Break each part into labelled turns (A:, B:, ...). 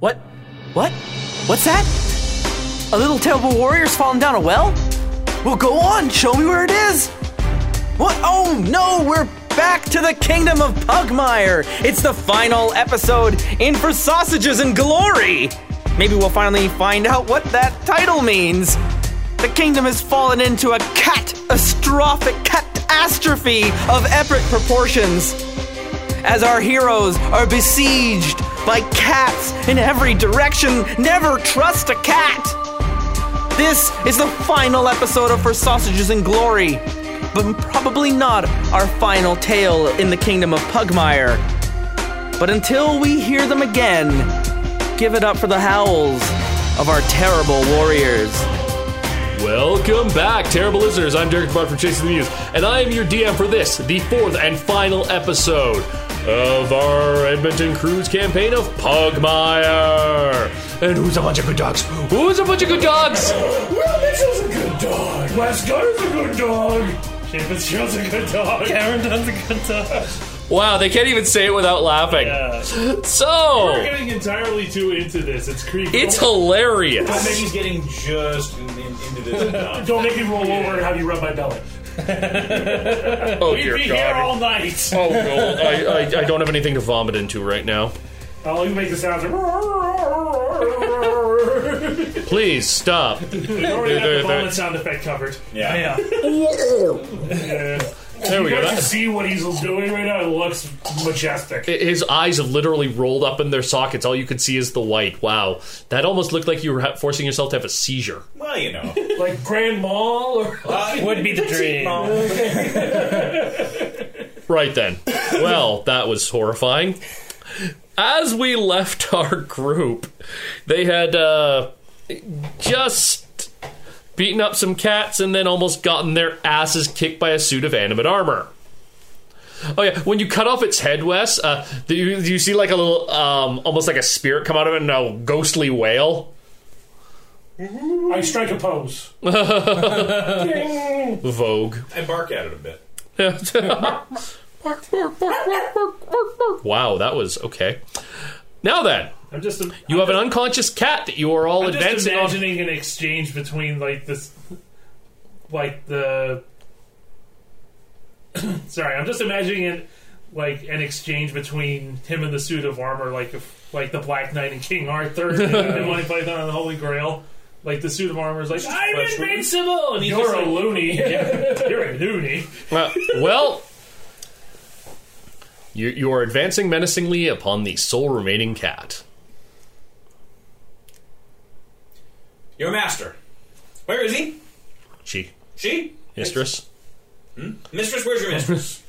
A: What? What? What's that? A little terrible warrior's fallen down a well? Well, go on, show me where it is! What? Oh no, we're back to the kingdom of Pugmire! It's the final episode in for sausages and glory! Maybe we'll finally find out what that title means! The kingdom has fallen into a catastrophic catastrophe of epic proportions! As our heroes are besieged by cats in every direction, never trust a cat! This is the final episode of For Sausages and Glory, but probably not our final tale in the kingdom of Pugmire. But until we hear them again, give it up for the howls of our terrible warriors.
B: Welcome back, terrible listeners. I'm Derek Bard from Chasing the News, and I am your DM for this, the fourth and final episode of our Edmonton Cruise campaign of Pugmire. And who's a bunch of good dogs? Who's a bunch of good dogs?
C: Well, Mitchell's a good dog. Westgar's a good dog. Shapen Shield's a good dog. Karen does a good dog.
B: Wow, they can't even say it without laughing.
C: Yeah. We're
B: So,
C: getting entirely too into this. It's creepy.
B: it's
C: don't,
D: I think
B: hilarious.
D: he's getting just in, in, into this enough.
C: don't make me roll over and have you rub my belly.
B: Oh,
C: We'd
B: dear
C: be here all
B: God.
C: night.
B: Oh, no. I, I, I don't have anything to vomit into right now.
C: I'll even Oh, make the sounds. Like, we
B: Please stop.
C: already
B: There,
C: have the
B: there, there.
C: vomit sound effect covered.
D: Yeah.
B: There we
C: You
B: go.
C: guys
B: That-
C: can see what he's doing right now. It looks majestic.
B: His eyes have literally rolled up in their sockets. All you could see is the white. Wow, that almost looked like you were ha- forcing yourself to have a seizure.
D: Well, you know.
C: Like Grand Mall or
E: Would be the dream.
D: Mom.
B: Right then. Well, that was horrifying. As we left our group, they had uh, just beaten up some cats and then almost gotten their asses kicked by a suit of animate armor. Oh yeah, when you cut off its head, Wes, uh, do, you, do you see like a little, um, almost like a spirit come out of it and a ghostly wail?
C: I strike a pose.
B: Vogue.
D: I bark at it a bit.
B: Wow, that was okay. Now then,
C: I'm just.
B: you have an unconscious cat that you are all
C: I'm just
B: advancing on.
C: imagining an exchange between like this, like the. sorry, I'm just imagining it like an exchange between him and the suit of armor, like if, like the Black Knight and King Arthur and Monty Python and the Holy Grail. Like the suit of armor is like "Ah, I'm
E: Flesh wound.
C: invincible, and he's you're a loony. you're a loony.
B: Uh, well, you, you are advancing menacingly upon the sole remaining cat.
D: Your master. Where is he?
B: She,
D: She?
B: mistress.
D: Mistress, where's your mistress?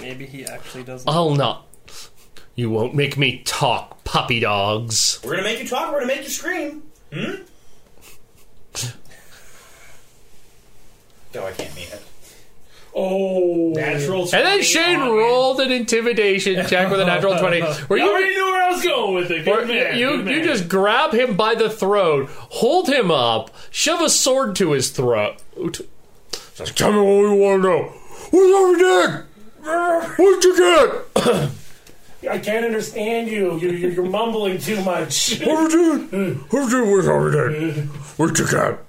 E: Maybe he actually doesn't.
B: I'll not. You won't make me talk, puppy dogs.
D: We're gonna make you talk, we're gonna make you scream. Hmm? No, I can't mean it.
C: Oh,
D: Natural
B: And then Shane rolled an intimidation check with a natural twenty. Were
C: I
B: you
C: already knew where I was going with it. Good
B: Or
C: man,
B: you
C: good
B: you
C: man.
B: just grab him by the throat, hold him up, shove a sword to his throat. Says, Tell me what you want to know. What's everything? What'd you get?
C: I can't understand you. You're, you're, you're mumbling too much.
B: What'd you get? What'd you What's everything? What'd you get?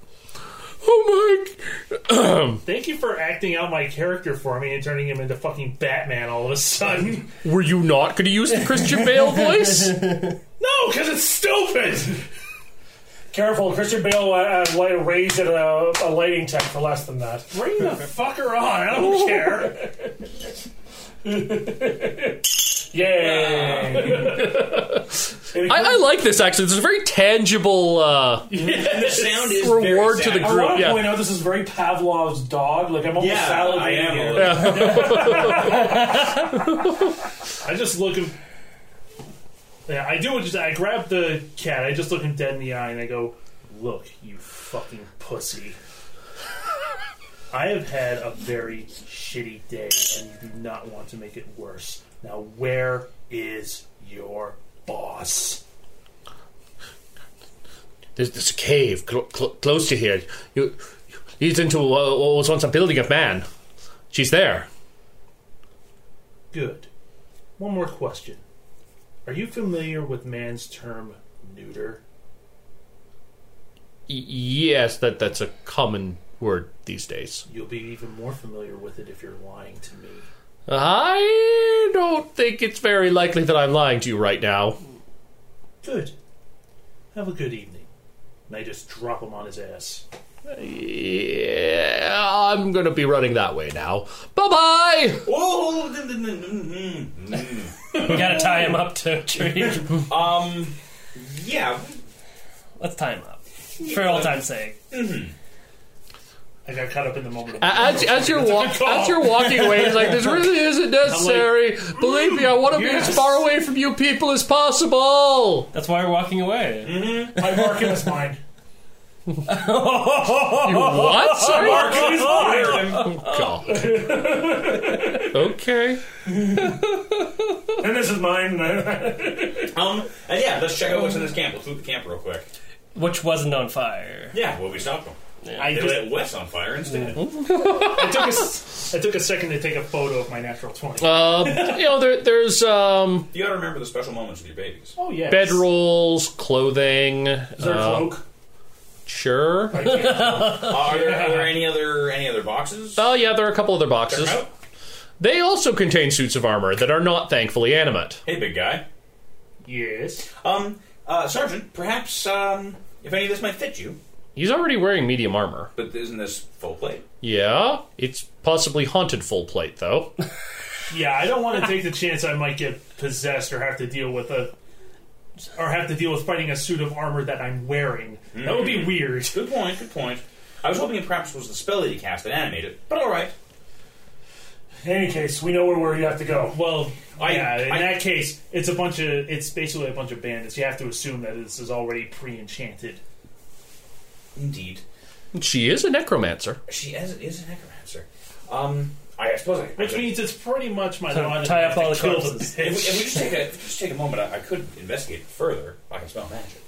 B: Oh
C: Thank you for acting out my character for me and turning him into fucking Batman all of a sudden.
B: my! Were you not going to use the Christian Bale voice?
C: No, because it's stupid. Careful, Christian Bale uh, uh, light, raised at a, a lighting tech for less than that. Bring the fucker on. I don't care. Yay!
B: I, I like this actually. This is a very tangible. Uh,
D: The sound is
B: Reward to
D: very
B: the
D: sad.
C: I want to
B: Yeah.
C: point out this is very Pavlov's dog. Like I'm almost
D: Yeah,
C: salivating.
D: I am.
C: here.
D: a little-
C: I just look him. Yeah, I do. it Just I grab the cat. I just look him dead in the eye and I go, "Look, you fucking pussy. I have had a very shitty day, and you do not want to make it worse. Now, where is your boss?
B: there's this cave cl- cl- close to here. You, you leads into uh, what was once a building of man. She's there.
C: Good. One more question. Are you familiar with man's term neuter?
B: Y- yes, that that's a common word these days.
C: You'll be even more familiar with it if you're lying to me.
B: I don't think it's very likely that I'm lying to you right now.
C: Good. Have a good evening. And I just drop him on his ass.
B: Yeah, I'm gonna be running that way now. Bye bye.
D: Oh, mm, mm, mm, mm, mm.
E: We gotta tie him up to a tree.
D: um, yeah.
E: Let's tie him up. For all time's sake.
C: I got caught up in the moment. Of
B: As, as you're walk, as you're walking away, he's like, "This really isn't necessary. Believe me, I want to be as
C: yes.
B: far away from you people as possible."
E: That's why we're walking away.
C: My mark is mine.
B: You what? Sorry.
C: Mark is mine.
B: God. Okay.
C: And this is mine.
D: Um, and yeah, let's check out what's in this camp. Let's loot the camp real quick.
E: Which wasn't on fire.
D: Yeah, well, we stopped them.
C: I,
D: They
C: just,
D: lit Wes on fire instead.
C: I took a s I took a second to take a photo of my natural twenty.
B: Um, you know, there, there's um,
D: You gotta remember the special moments with your babies.
C: oh yeah.
B: bedrolls, clothing.
C: Is there a
B: uh,
C: cloak?
B: sure.
C: Oh,
D: Are there, are there any other any other boxes?
B: Oh yeah, there are a couple other boxes.
D: Out?
B: They also contain suits of armor that are not thankfully animate.
D: Hey, big guy.
C: Yes.
D: Um, uh, Sergeant, perhaps um, if any of this might fit you,
B: He's already wearing medium armor.
D: but isn't this full plate?
B: Yeah, it's possibly haunted full plate though.
C: Yeah, I don't want to take the chance I might get possessed or have to deal with a or have to deal with fighting a suit of armor that I'm wearing. That would be weird.
D: Good point. Good point. I was hoping it perhaps was the spell that he cast that animated, but all right.
F: In any case, we know where, where you have to go.
C: Well,
D: I-
C: yeah. In
D: I-
C: that case, it's a bunch of it's basically a bunch of bandits. You have to assume that this is already pre-enchanted.
D: Indeed,
B: she is a necromancer.
D: she is, is a necromancer. Um, I suppose I.
C: Which means it's pretty much my logic.
E: tie up
C: to
E: all the
C: kill
E: corpses.
D: if we,
C: bitch.
D: if we just take a if we just take a moment, I, I could investigate it further. I can smell magic.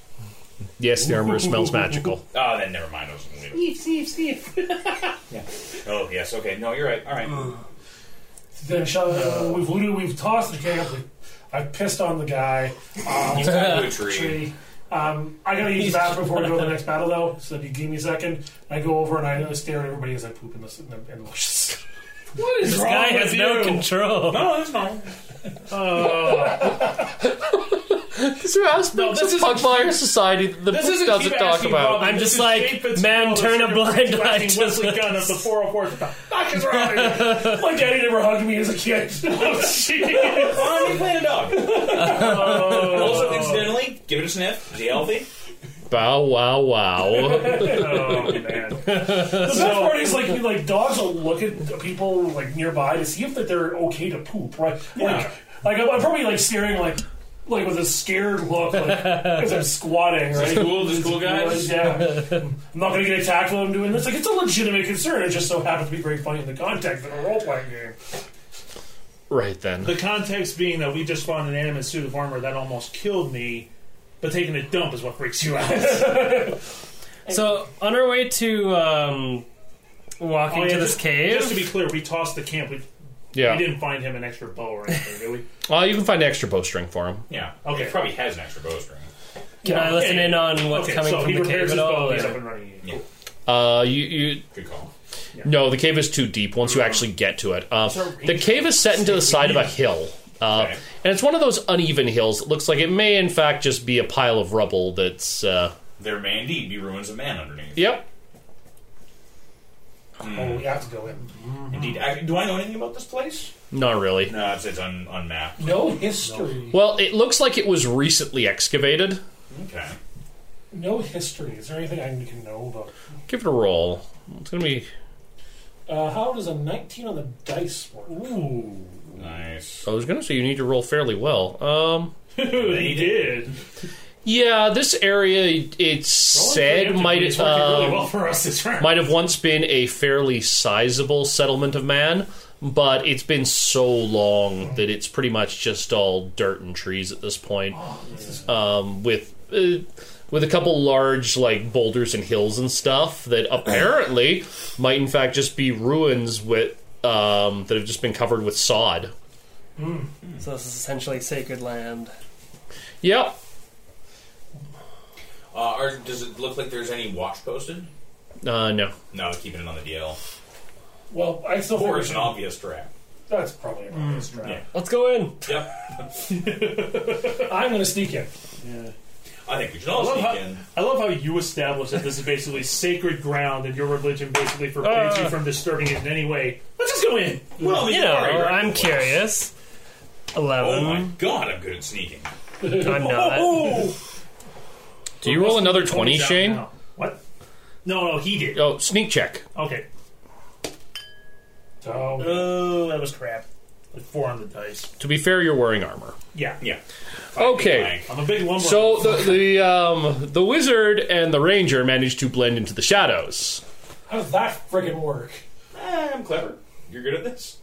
B: Yes, the armor smells magical.
D: Oh, then never mind. I was going to leave it. yeah. Oh, yes. Okay. No, you're right. All right.
F: Then shall, uh, we've looted, we've tossed the camp. We, I pissed on the guy. um,
D: He's got a tree.
F: Tree. Um, I gotta use the bathroom before we go to the next battle, though. So if you give me a second, I go over and I stare at everybody as I poop in the in the, in the bushes.
C: What is
E: This
C: wrong
E: guy
C: with
E: has
C: you?
E: no control.
D: No, that's normal.
B: These are aspects
C: No, this
B: of
C: isn't-
B: Pugmire society that the
C: This
B: book
C: isn't
B: doesn't
C: keep
B: talk
C: asking
B: about.
C: Robin,
E: I'm
C: this
E: just
C: is
E: like,
C: Jane Fitzgerald,
E: man, turn a
C: Sir
E: blind eye
C: Wesley
E: to this.
C: Gunn of the 404. What the fuck is wrong with you?
F: My daddy never hugged me as a kid.
C: Oh, jeez.
D: Oh, you playing a dog. also, incidentally, give it a sniff. Is he healthy?
B: Bow wow wow.
C: Oh, man.
F: The best part is like you- like dogs will look at the people like nearby to see if that they're okay to poop, right?
D: Yeah.
F: Like, like I'm, I'm probably like staring like like with a scared look because I'm squatting, right?
D: Cool, just cool guys.
F: Yeah, I'm not gonna get attacked while I'm doing this. Like it's a legitimate concern. It just so happens to be very funny in the context of a role playing game.
B: right then.
C: The context being that we just found an animate suit of armor that almost killed me, but taking a dump is what freaks you out.
E: So, on our way to um, walking
C: Oh, yeah,
E: to this
C: just-
E: cave,
C: Just to be clear, we tossed the camp. We, we
B: Yeah.
C: didn't find him an extra bow or anything, did we?
B: Uh, you can find extra bowstring for him.
D: Yeah.
C: Okay.
D: He probably has an extra bowstring.
E: can I
C: okay.
E: listen in on what's
C: Okay,
E: coming
C: so
E: from
C: he
E: the
C: repairs his
E: cave at
C: bow.
E: all?
C: He's
E: or-
C: up and running.
D: Yeah.
B: Uh, you you
D: Good call.
B: No, the cave is too deep once you actually get to it. Uh, the cave is set into the side of a hill. Uh,
D: Okay.
B: And it's one of those uneven hills. It looks like it may, in fact, just be a pile of rubble that's. Uh,
D: There may indeed be ruins of man underneath.
B: yep.
F: Oh, we have to go in.
D: Indeed. I, do I know anything about this place?
B: Not really.
D: No, it's, it's on, on map.
F: No history.
B: Well, it looks like it was recently excavated.
D: Okay.
F: No history. Is there anything I can know about?
B: Give it a roll. It's going to be.
F: Uh, how does a 19 on the dice work?
C: Ooh.
D: Nice.
B: I was going to say you need to roll fairly well. Um,
C: he did.
B: yeah, this area, it's said, might.
C: It's working really
B: um,
C: well for us this round.
B: might have once been a fairly sizable settlement of man, but it's been so long that it's pretty much just all dirt and trees at this point. Um, with uh, with a couple large like boulders and hills and stuff that apparently might in fact just be ruins with um, that have just been covered with sod.
E: So this is essentially sacred land.
B: Yep.
D: Uh, or does it look like there's any watch posted?
B: Uh, no.
D: No, keeping it on the DL.
F: Well, I still think
D: Or
F: we
D: it's an
F: should-
D: obvious trap.
F: That's probably an
C: Mm.
F: obvious trap.
D: Yeah.
E: Let's go in.
D: Yep.
F: I'm going to sneak in.
D: I think we should
C: I
D: all
C: love,
D: sneak
C: how,
D: in.
C: I love how you established that this is basically sacred ground and your religion basically forbids you from disturbing it in any way. Let's just go in.
D: Well, I mean,
E: Uh. You know,
D: you're already right.
E: I'm curious.
D: Oh my
E: Eleven.
D: god, I'm good at sneaking.
E: I'm not.
C: Oh,
B: Do you roll another twenty,
C: He's out
B: Shane?
C: now. What? No, no, he did.
B: Oh, sneak check.
C: Okay.
F: So,
C: Oh, that was crap. Like four on the dice.
B: To be fair, you're wearing armor.
C: Yeah.
D: Yeah.
B: Okay.
D: Like,
C: I'm a big lumber.
B: So the the um, the wizard and the ranger managed to blend into the shadows.
F: how does that friggin' work?
D: eh, I'm clever. You're good at this.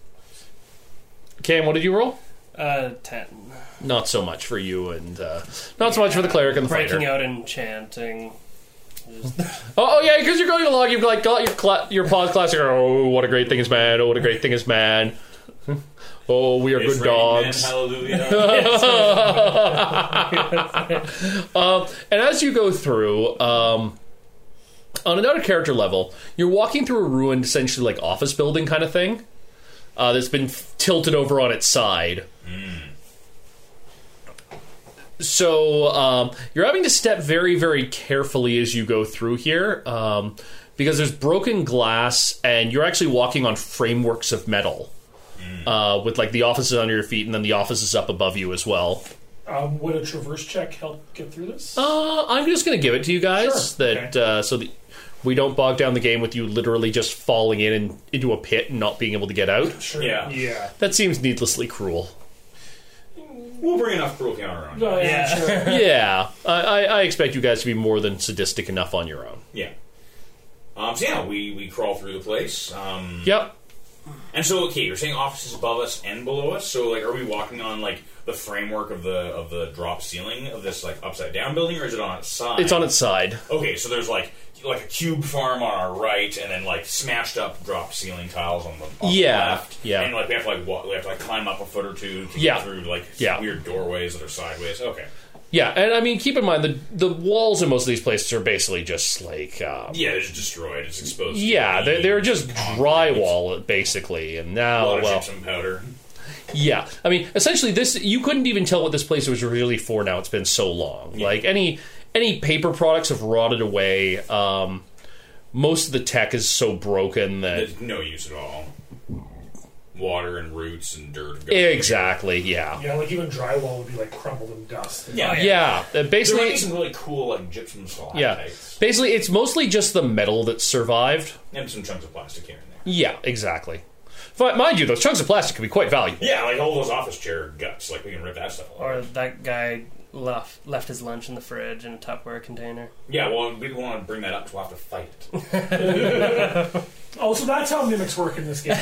B: Cam, what did you roll?
E: Uh, ten.
B: Not so much for you, and uh, not so much for the cleric and the
E: Breaking
B: fighter.
E: out and chanting.
B: Oh, oh yeah, because you're going along. You've like got your cla- your pause classic. Oh, what a great thing is man! Oh, what a great thing is man! Oh, we are
D: It's
B: good
D: raining
B: dogs.
D: Men, hallelujah.
B: And as you go through, um, on another character level, you're walking through a ruined, essentially like office building kind of thing uh, that's been f- tilted over on its side. So um, you're having to step very, very carefully as you go through here um, because there's broken glass and you're actually walking on frameworks of metal. Uh, with like the offices under your feet and then the offices up above you as well.
F: Um, would a traverse check help get through this?
B: Uh, I'm just going to give it to you guys
F: Sure.
B: that uh, so that we don't bog down the game with you literally just falling in and into a pit and not being able to get out.
F: sure.
D: yeah.
C: yeah.
B: That seems needlessly cruel.
D: We'll bring enough cruel counter on.
F: No, yeah, sure.
B: yeah, I, I, I expect you guys to be more than sadistic enough on your own.
D: Yeah. Um, so yeah, we, we crawl through the place. Um,
B: Yep.
D: and so okay, you're saying offices above us and below us. So like, are we walking on like the framework of the of the drop ceiling of this like upside down building, or is it on its side?
B: It's on its side.
D: Okay, so there's like like a cube farm on our right, and then like smashed up drop ceiling tiles on the on
B: Yeah,
D: the left.
B: yeah.
D: And like we have to like walk, we have to like climb up a foot or two to
B: Yeah.
D: get through like
B: Yeah.
D: weird doorways that are sideways. Okay.
B: Yeah, and I mean, keep in mind the the walls in most of these places are basically just like um,
D: Yeah, it's destroyed. It's exposed. to
B: yeah, they're,
D: heat,
B: they're just
D: concrete,
B: drywall basically. And
D: A
B: now,
D: lot of
B: well,
D: gypsum powder.
B: Yeah, I mean, essentially, this you couldn't even tell what this place was really for. Now it's been so long. Like any any paper products have rotted away. Um, most of the tech is so broken that
D: There's no use at all. Water and roots and dirt. have gone.
B: exactly, yeah,
F: yeah, like even drywall would be like crumbled in dust.
D: Yeah,
B: yeah. Uh,
D: There might be
B: Basically,
D: some really cool like gypsum stalactites.
B: yeah. Basically, it's mostly just the metal that survived.
D: And some chunks of plastic here and there.
B: Yeah, exactly. But mind you, those chunks of plastic can be quite valuable.
D: Yeah, like all those office chair guts. Like we can rip that stuff. Off.
E: Or that guy left left his lunch in the fridge in a Tupperware container.
D: Yeah, well, we don't want to bring that up. 'cause We'll have to fight it.
F: Oh, so that's how mimics work in this game.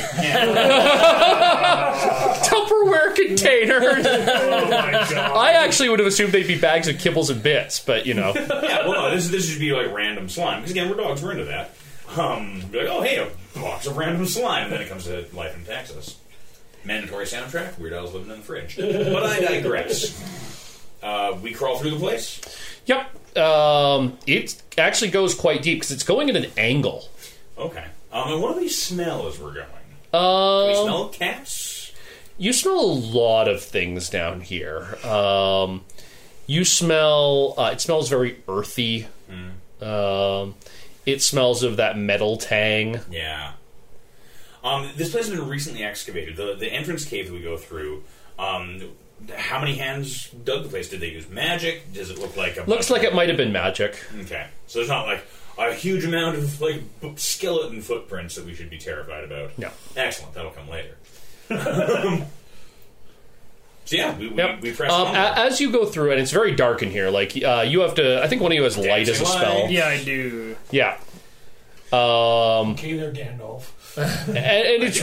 B: Tupperware containers.
C: Oh my god.
B: I actually would have assumed they'd be bags of kibbles and bits, but you know.
D: Yeah, well, no, this this should be like random slime because again, we're dogs. We're into that. Um, be like, oh, hey, a box of random slime, and then it comes to life in Texas. Mandatory soundtrack. Weird Al's living in the fridge. But I digress. Uh, we crawl through the place.
B: Yep. Um, it actually goes quite deep because it's going at an angle.
D: Okay. Um, and what do we smell as we're going?
B: Um,
D: we smell cats.
B: you smell a lot of things down here. Um, you smell. Uh, it smells very earthy. Um, it smells of that metal tang.
D: Yeah. Um, this place has been recently excavated. The the entrance cave that we go through. Um, how many hands dug the place? Did they use magic? Does it look like a
B: Looks
D: bunch
B: like it might have been magic.
D: Okay, so there's not like a huge amount of like b- skeleton footprints that we should be terrified about.
B: No.
D: excellent. That'll come later. so yeah, we, we,
B: Yep.
D: we press
B: Um,
D: on.
B: a- as you go through, and it's very dark in here. Like uh, you have to. I think one of you has light as a
D: Dancing
B: spell.
D: light.
E: Yeah, I do.
B: Yeah. Um,
F: okay, there, Gandalf.
B: and, and it's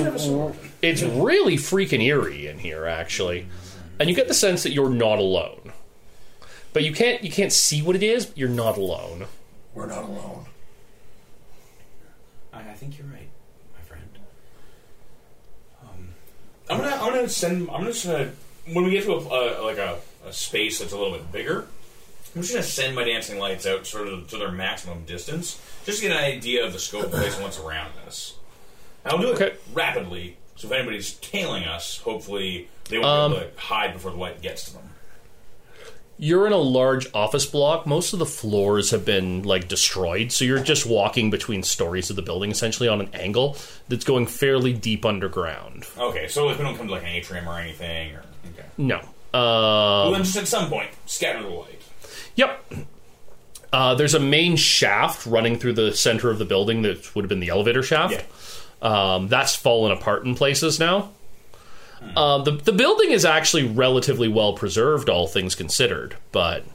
B: it's really freaking eerie in here actually and you get the sense that you're not alone but you can't you can't see what it is but you're not alone
F: We're not alone.
D: I, I think you're right, my friend. Um, I'm gonna I'm gonna send I'm just gonna when we get to a uh, like a, a space that's a little bit bigger. I'm just gonna send my dancing lights out sort of to their maximum distance, just to get an idea of the scope of the place and what's around us. And I'll do it
B: Okay.
D: rapidly, so if anybody's tailing us, hopefully they won't be
B: Um,
D: able to hide before the light gets to them.
B: You're in a large office block. Most of the floors have been like destroyed, so you're just walking between stories of the building essentially on an angle that's going fairly deep underground.
D: Okay, so if we don't come to like an atrium or anything, or okay,
B: No. Uh,
D: well then just at some point scatter the light.
B: Yep. Uh, there's a main shaft running through the center of the building that would have been the elevator shaft. Um, that's fallen apart in places now. Uh, the the building is actually relatively well preserved, all things considered. But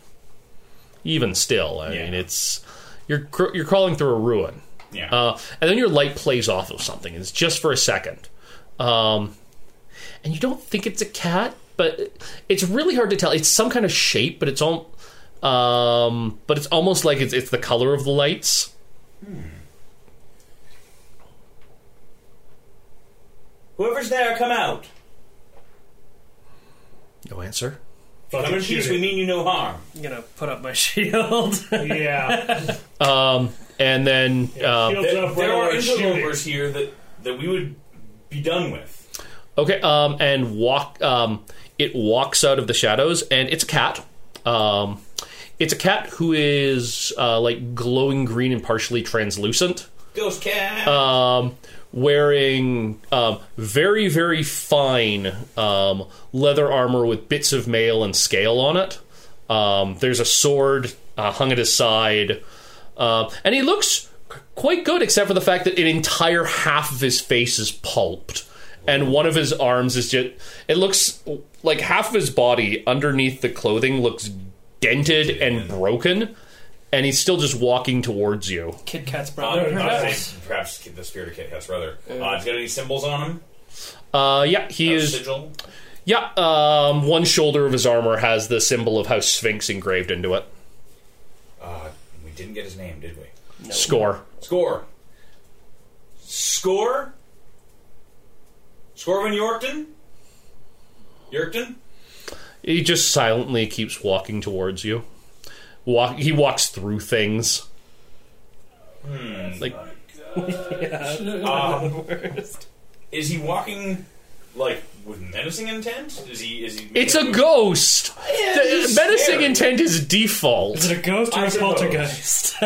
B: even still, I
D: Yeah.
B: mean, it's you're cr- you're crawling through a ruin,
D: Yeah.
B: uh, and then your light plays off of something. and It's just for a second, um, and you don't think it's a cat, but it's really hard to tell. It's some kind of shape, but it's all, um, but it's almost like it's it's the color of the lights.
D: Whoever's there, come out.
B: No answer.
D: Come in peace. We mean you no harm.
E: I'm gonna put up my shield.
F: Yeah.
B: And then um,
F: Shields
D: There,
F: up,
D: there
F: right
D: are
F: away, shooting.
D: interlopers here that that we would be done with.
B: Okay, um, and walk. Um, it walks out of the shadows, and it's a cat. Um, it's a cat who is uh, like glowing green and partially translucent,
D: Ghost cat.
B: um, wearing um, very, very fine um, leather armor with bits of mail and scale on it. Um, there's a sword uh, hung at his side, uh, and he looks quite good, except for the fact that an entire half of his face is pulped, and one of his arms is just. It looks like half of his body underneath the clothing looks dented and broken, and he's still just walking towards you.
E: Kid Cat's
D: Uh,
E: brother.
D: perhaps, perhaps keep the spirit of Kit Kat's rather. Uh, he's got any symbols on him?
B: Uh, yeah, he
D: A
B: is.
D: sigil?
B: Yeah, um, one shoulder of his armor has the symbol of House Sphinx engraved into it.
D: Uh, we didn't get his name, did we?
B: Score.
D: Score. Score? Scorvin Yorkton? Yorkton?
B: He just silently keeps walking towards you. Walk. He walks through things. Like
D: Is he walking, like, with menacing intent? Is he... Is he
B: it's a ghost. The-
D: he's
B: menacing
D: scary.
B: intent is
E: Is
B: default.
E: it a ghost or
D: I
E: a
D: suppose.
E: poltergeist?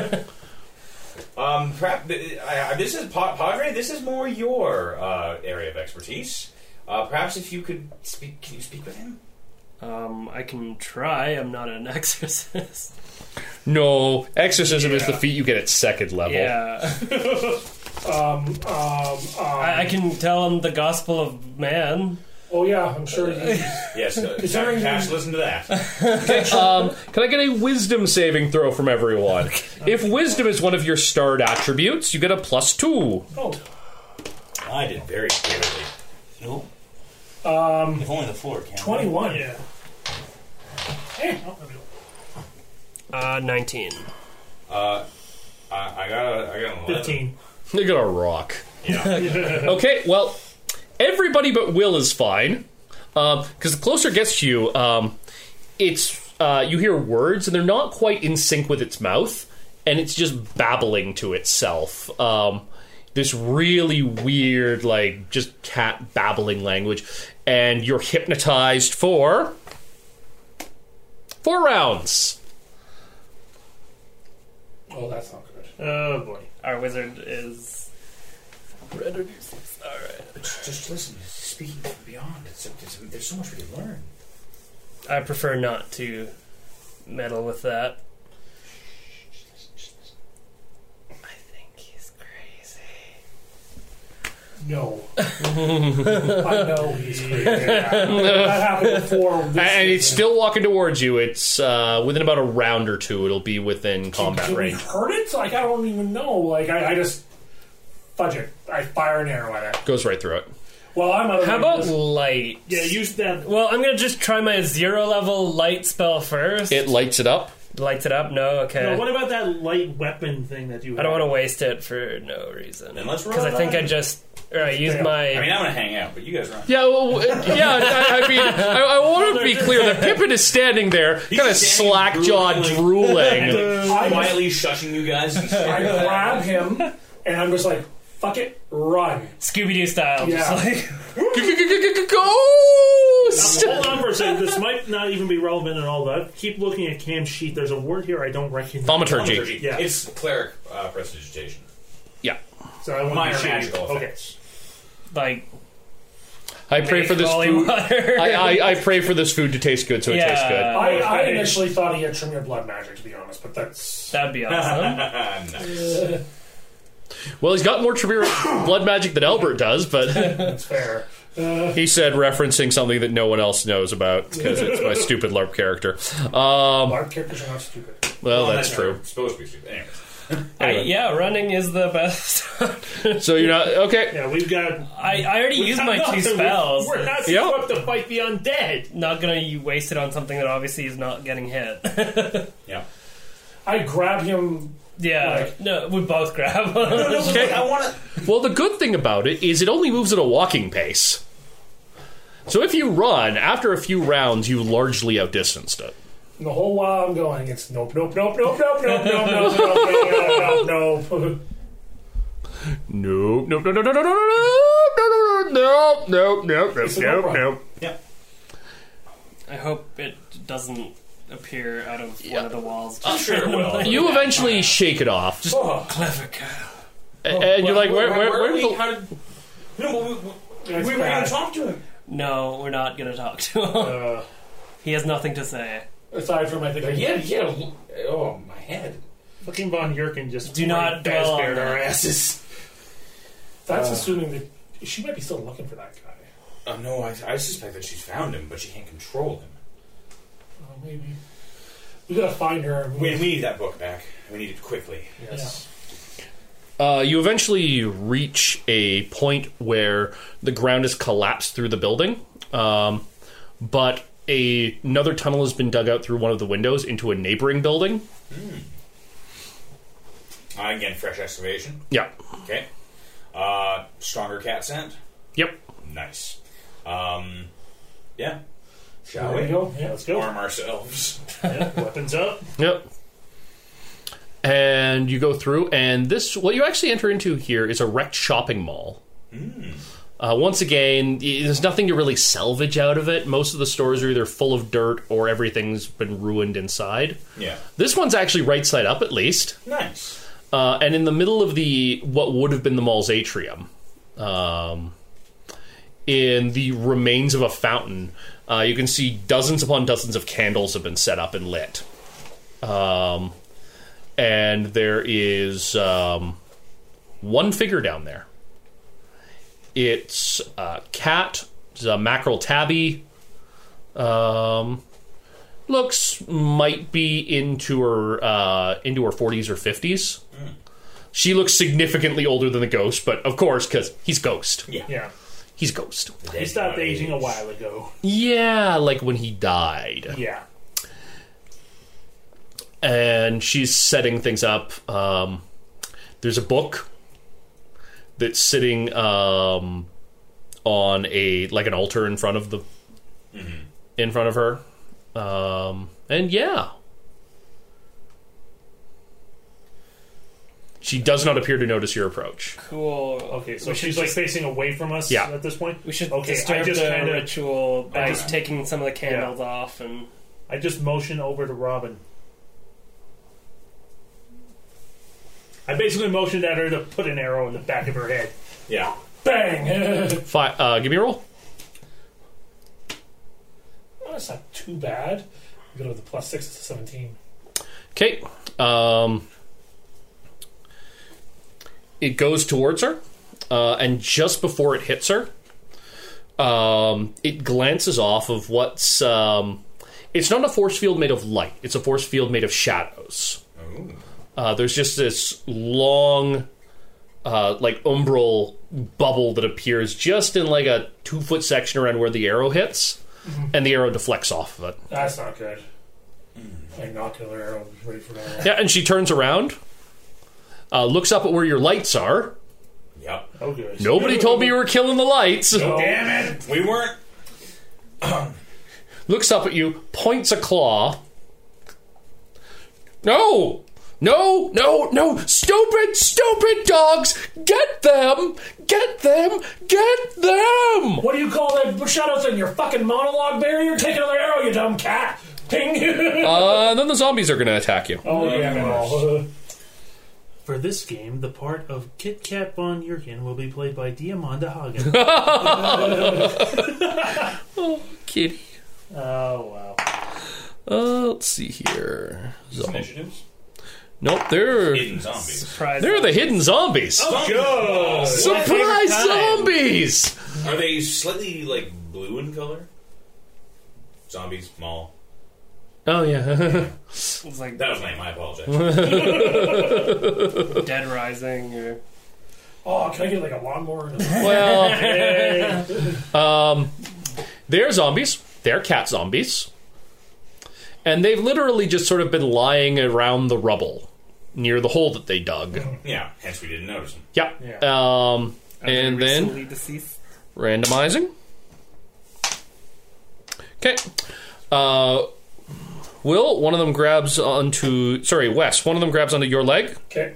D: Um, perhaps... I, I, this is... Pa- Padre, this is more your uh, area of expertise. Uh, perhaps if you could speak... Can you speak with him?
E: um, I can try. I'm not an exorcist.
B: No, exorcism is the feat you get at second level.
E: yeah,
F: um, um, um,
E: I, I can tell him the gospel of man.
F: oh, yeah, I'm sure. You,
D: Yes. Uh,
F: there any-
D: Cash, listen to that.
B: Um, can I get a wisdom saving throw from everyone? If wisdom is one of your starred attributes, you get a plus two.
F: oh,
G: I did.
D: Very clearly.
G: Nope. Um, if only the floor can.
F: 21.
C: Yeah.
F: Eh, oh,
E: Uh, 19.
D: I, I got a, I got an 11.
C: 15.
B: You got a rock.
C: Yeah.
B: Okay, well, everybody but Will is fine. Because the closer it gets to you, um, it's uh, you hear words and they're not quite in sync with its mouth, and it's just babbling to itself. Um, this really weird, like just cat babbling language, and you're hypnotized for four rounds.
F: Oh, that's not good.
C: oh boy.
E: Our wizard is.
D: Just listen. It's Speaking from beyond, it's, it's, there's so much we can learn.
E: I prefer not to meddle with that. I think he's crazy.
F: No. I know he's crazy. That happened before. This
B: And it's
F: season.
B: still walking towards you. It's uh, within about a round or two. It'll be within combat
F: Can we
B: range.
F: hurt it? Like, I don't even know. Like, I, I just. Fudge it. I fire an arrow at it.
B: Goes right through it.
F: Well, I'm out of
E: How about light?
C: Yeah, use that.
E: Well, I'm gonna just try my zero level light spell first.
B: It lights it up.
E: Lights it up? No, okay.
C: No, what about that light weapon thing that you?
E: I don't want to waste it for no reason.
D: Then let's roll
E: Because I think I
D: on.
E: just. Or I used
D: I mean,
E: my.
D: I'm gonna hang out, but you guys are on.
B: Yeah, well, uh, yeah. I, I mean, I, I want to be clear that Pippin is standing there, kind of
D: standing
B: slack jawed, drooling.
D: And like,
F: I just-
D: quietly shushing you guys. And
F: I grab him, and I'm just like, fuck it, run.
E: Scooby Doo style.
F: Yeah.
E: Just like.
B: Ghost.
C: Hold on for a second. This might not even be relevant at all. Though. Keep looking at Cam's sheet. There's a word here I don't recognize.
B: Thaumaturgy.
C: Yeah.
D: It's cleric uh, prestidigitation.
B: Yeah.
C: so I wouldn't be
D: Minor
C: shitty.
D: magical
C: Okay.
D: effects.
E: Like.
B: I pray for this
E: holy
B: food.
E: water.
B: I, I, I pray for this food to taste good, so it
E: Yeah.
B: tastes good.
F: I, I
E: Okay.
F: initially thought he had trim your blood magic, to be honest, but that's.
E: That'd be awesome.
B: Well, he's got more Trevir blood magic than Albert does, but
F: That's fair.
B: he said referencing something that no one else knows about because it's my stupid LARP character. Um,
F: Our characters are not stupid.
B: well, Oh, that's true.
D: Supposed to be stupid. Anyways.
E: I- yeah, running is the best.
B: So you're not okay.
C: Yeah, we've got.
E: I, I already used my two spells.
C: We're not
B: Yep.
C: equipped to fight the undead.
E: Not gonna you waste it on something that obviously is not getting hit.
D: Yeah.
F: I grab him.
E: yeah.
F: Like-
E: no, we both grab.
D: Okay. I want to.
B: Well, the good thing about it is it only moves at a walking pace. So if you run after a few rounds, you largely outdistanced it.
F: And the whole while I'm going, it's nope, nope, nope, nope, nope, nope, nope, nope, nope, nope, nope, nope.
B: Nope, nope, nope, nope, nope, nope, nope, nope, nope, nope, nope, nope,
F: a no
B: nope,
F: problem.
B: nope.
D: Yeah.
E: I hope it doesn't appear out of one of the walls.
B: Oh.
D: I'm sure it will.
B: You eventually shake it off, just-
F: Oh,
B: and and you're like,
D: Where,
B: "Where, where,
D: where
B: where
D: we,
B: did the
D: how did, no, but we, we,
F: that's
D: we were going
F: bad.
D: to talk to him.
E: No, we're not gonna talk to him.
F: Uh,
E: he has nothing to say.
F: aside from, I think I
D: Yeah, yeah. l- Oh, my head.
C: Fucking von Yerkin just
E: Do not dwell on
C: Fazbear'd our
E: that.
C: asses.
F: That's assuming that she might be still looking for that guy.
D: Uh, no, I, I suspect that she's found him, but she can't control him.
F: Uh, maybe. We gotta find her.
D: We, we need that book back. We need it quickly.
F: Yes.
B: Uh, you eventually reach a point where the ground is collapsed through the building, um, but a, another tunnel has been dug out through one of the windows into a neighboring building.
D: Uh, again, fresh excavation.
B: Yeah.
D: Okay. Uh, stronger cat scent.
B: Yep.
D: Nice. Um, yeah. Shall
F: There we
D: we
F: go. Yeah, let's go.
D: arm ourselves?
C: Weapons up.
B: Yep. And you go through, and this what you actually enter into here is a wrecked shopping mall. Uh, once again, y- there's nothing to really salvage out of it. Most of the stores are either full of dirt or everything's been ruined inside.
D: Yeah.
B: This one's actually right side up, at least.
D: Nice.
B: Uh, and in the middle of the what would have been the mall's atrium, um, in the remains of a fountain, uh, you can see dozens upon dozens of candles have been set up and lit. Um, and there is um, one figure down there. It's a cat, it's a mackerel tabby. Um, looks might be into her uh, into her 40s or 50s. She looks significantly older than the ghost, but of course, because he's ghost.
C: Yeah.
B: He's ghost.
C: He stopped aging a while ago.
B: Yeah, like when he died.
C: Yeah.
B: And she's setting things up. Um, there's a book that's sitting um, on a like an altar in front of the in front of her. Um, and yeah. She does not appear to notice your approach.
E: Cool.
C: Okay, so
E: we should
C: she's like
E: just-
C: facing away from us
B: Yeah.
C: at this point.
E: we should
C: Okay, I
E: disturb
C: just
E: the
C: kinda-
E: ritual by
C: just-
E: taking some of the candles off and
C: I just motion over to Robin. I basically motioned at her to put an arrow in the back of her head. Oh,
D: Yeah.
F: Bang!
B: Fi uh, give me a roll.
F: That's not too bad. We go to the plus six to seventeen.
B: Okay. Um, it goes towards her, uh, and just before it hits her, um, it glances off of what's. Um, it's not a force field made of light, it's a force field made of shadows. Uh, there's just this long, uh, like, umbral bubble that appears just in like a two foot section around where the arrow hits, and the arrow deflects off of it.
F: That's not good. I knocked another arrow ready for another arrow.
B: Yeah, and she turns around, uh, looks up at where your lights are.
D: Yep.
F: Okay.
B: Nobody told me you were killing the lights.
D: Damn it! We weren't.
B: Looks up at you, points a claw. No! No, no, no! Stupid, stupid dogs! Get them! Get them! Get them!
F: What do you call that shadow thing? Your fucking monologue barrier? Take another arrow, you dumb cat. Ping.
B: Uh, and then the zombies are gonna attack you.
F: oh yeah, well.
C: For this game, the part of Kit Kat von Jurgen will be played by Diamanda Hagen.
B: Kitty.
C: oh, wow.
B: Uh, let's see here. Zom-
D: Initiatives?
B: Nope, they're
D: Hidden zombies.
E: Surprise.
B: they're the hidden zombies.
E: Oh,
B: Surprise zombies!
D: Are they slightly like blue in color? Zombies, mall.
B: Oh yeah.
E: It's like
D: That was lame. I apologize.
E: Dead Rising or
F: Oh, can I get like a lawnmower? And
B: well,
F: a-
B: Oh, um, they're zombies. They're cat zombies, and they've literally just sort of been lying around the rubble near the hole that they dug.
D: yeah. Hence, we didn't notice them.
B: Mm-hmm. Yeah. Um, and then
E: recently deceased.
B: randomizing. Okay. Uh, Will, one of them grabs onto. Sorry, Wes, one of them grabs onto your leg,
F: okay,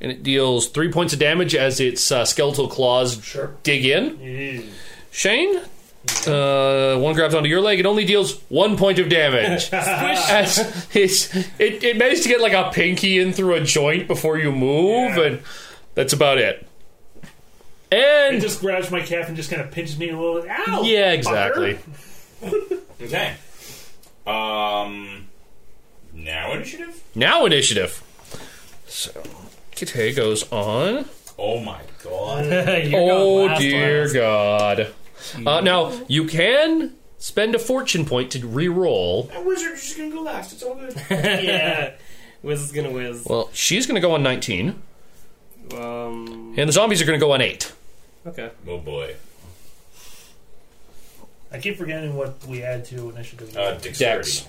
B: and it deals three points of damage as its uh, skeletal claws
F: sure.
B: dig in.
C: Mm.
B: Shane, uh, one grabs onto your leg, it only deals one point of damage. As it's, it, it managed to get like a pinky in through a joint before you move, and that's about it.
C: It
B: And.
C: just grabs my calf and just kind of pinches me a little. Ow!
B: yeah, exactly.
D: Okay. Um. Now initiative.
B: Now initiative. So Kite goes on.
D: Oh my
E: Mm.
D: god.
B: oh dear God! Uh, now you can spend a fortune point to re-roll.
D: that wizard's just gonna go last. It's all good.
E: yeah. Wiz is gonna whiz.
B: Well, she's going to go on nineteen,
E: Um,
B: and the zombies are going to go on eight.
E: okay.
D: oh boy.
C: I keep forgetting what we add to initiative.
D: Uh, dexterity.
B: Dex.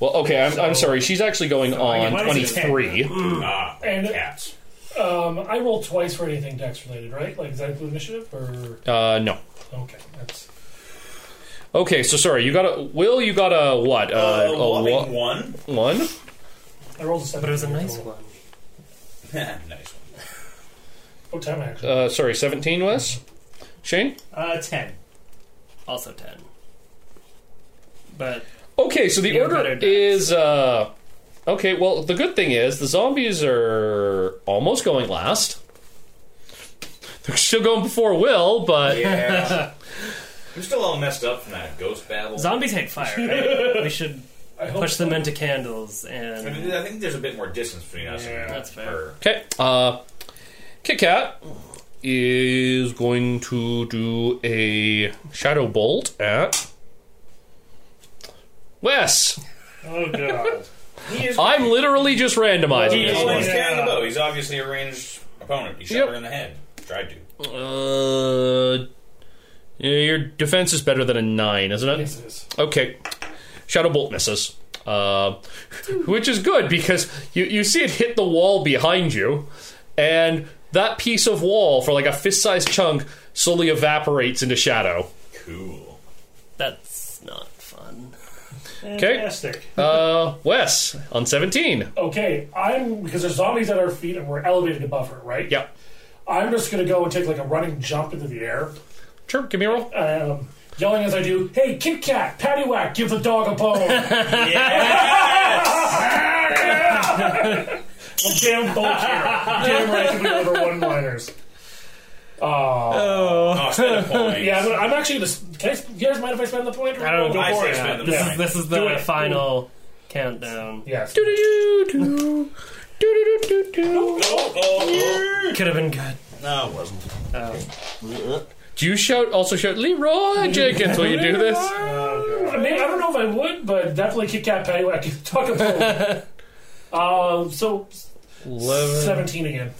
B: Well, okay, I'm, I'm sorry. She's actually going on
C: mine
B: twenty
C: is a
B: three.
D: Ah,
F: And-
D: cats.
F: Um, I rolled twice for anything Dex related, right? Like, does that include initiative or
B: Uh, no.
F: okay? That's
B: Okay, so sorry. You got a Will. You got a what? Uh,
D: Uh,
B: a
D: loving
B: wa-
D: one.
B: one.
F: I rolled a seven.
E: But it was a nice one.
D: nice one.
F: Oh, time actually.
B: Uh, sorry, seventeen was. Shane.
C: Uh, 10.
E: Also ten. But
B: Okay, so the
E: You
B: order
E: better die.
B: is uh Okay, well the good thing is the zombies are almost going last. They're still going before Will, but
D: Yeah. I'm still all messed up from that ghost battle.
E: zombies hate fire. Right? we should push them into candles
D: I
E: and
D: mean, I think there's a bit more distance between us. and
E: that's fair.
D: her.
B: Okay. Uh Kit Kat is going to do a shadow bolt at Wes.
C: Oh, God.
B: I'm literally just randomizing
D: He's
B: this
D: always
B: one.
D: carrying a bow. He's obviously a ranged opponent. He shot
B: Yep.
D: her in the head. Tried to.
B: Uh yeah, your defense is better than a nine, isn't it?
F: Yes, it is.
B: Okay. Shadow Bolt misses. Uh, which is good because you, you see it hit the wall behind you, and that piece of wall, for like a fist sized chunk, slowly evaporates into shadow.
D: Cool.
E: that's not fun.
C: Fantastic.
B: Uh, Wes, on 17.
F: Okay, I'm because there's zombies at our feet and we're elevated above her, right?
B: Yeah.
F: I'm just gonna go and take like a running jump into the air,
B: Sure, give me a roll.
F: um, yelling as I do, "Hey, Kit Kat, Paddywhack, give the dog a bone!" I'm damn bold here. damn right to be over one liners.
D: Oh, spend a point.
F: Yeah, I'm, gonna, I'm actually gonna. s- Can I, s- you guys mind if I spend the point?
E: I
B: Oh,
E: don't know.
D: I
E: Go for
D: say
E: it.
D: spend the
E: This
D: money.
E: is this is
F: Do
E: the
F: it.
E: final countdown.
F: Yes.
B: Do-do-do-do. Do-do-do-do-do.
D: Oh, oh,
E: Could have been good.
D: oh. No, it wasn't.
B: Do you shout also shout Leroy Jenkins when you do this?
F: Oh, I mean, I don't know if I would, but definitely Kit Kat, Paddywhack, give the dog a bone. Um, so
B: 11.
F: seventeen again.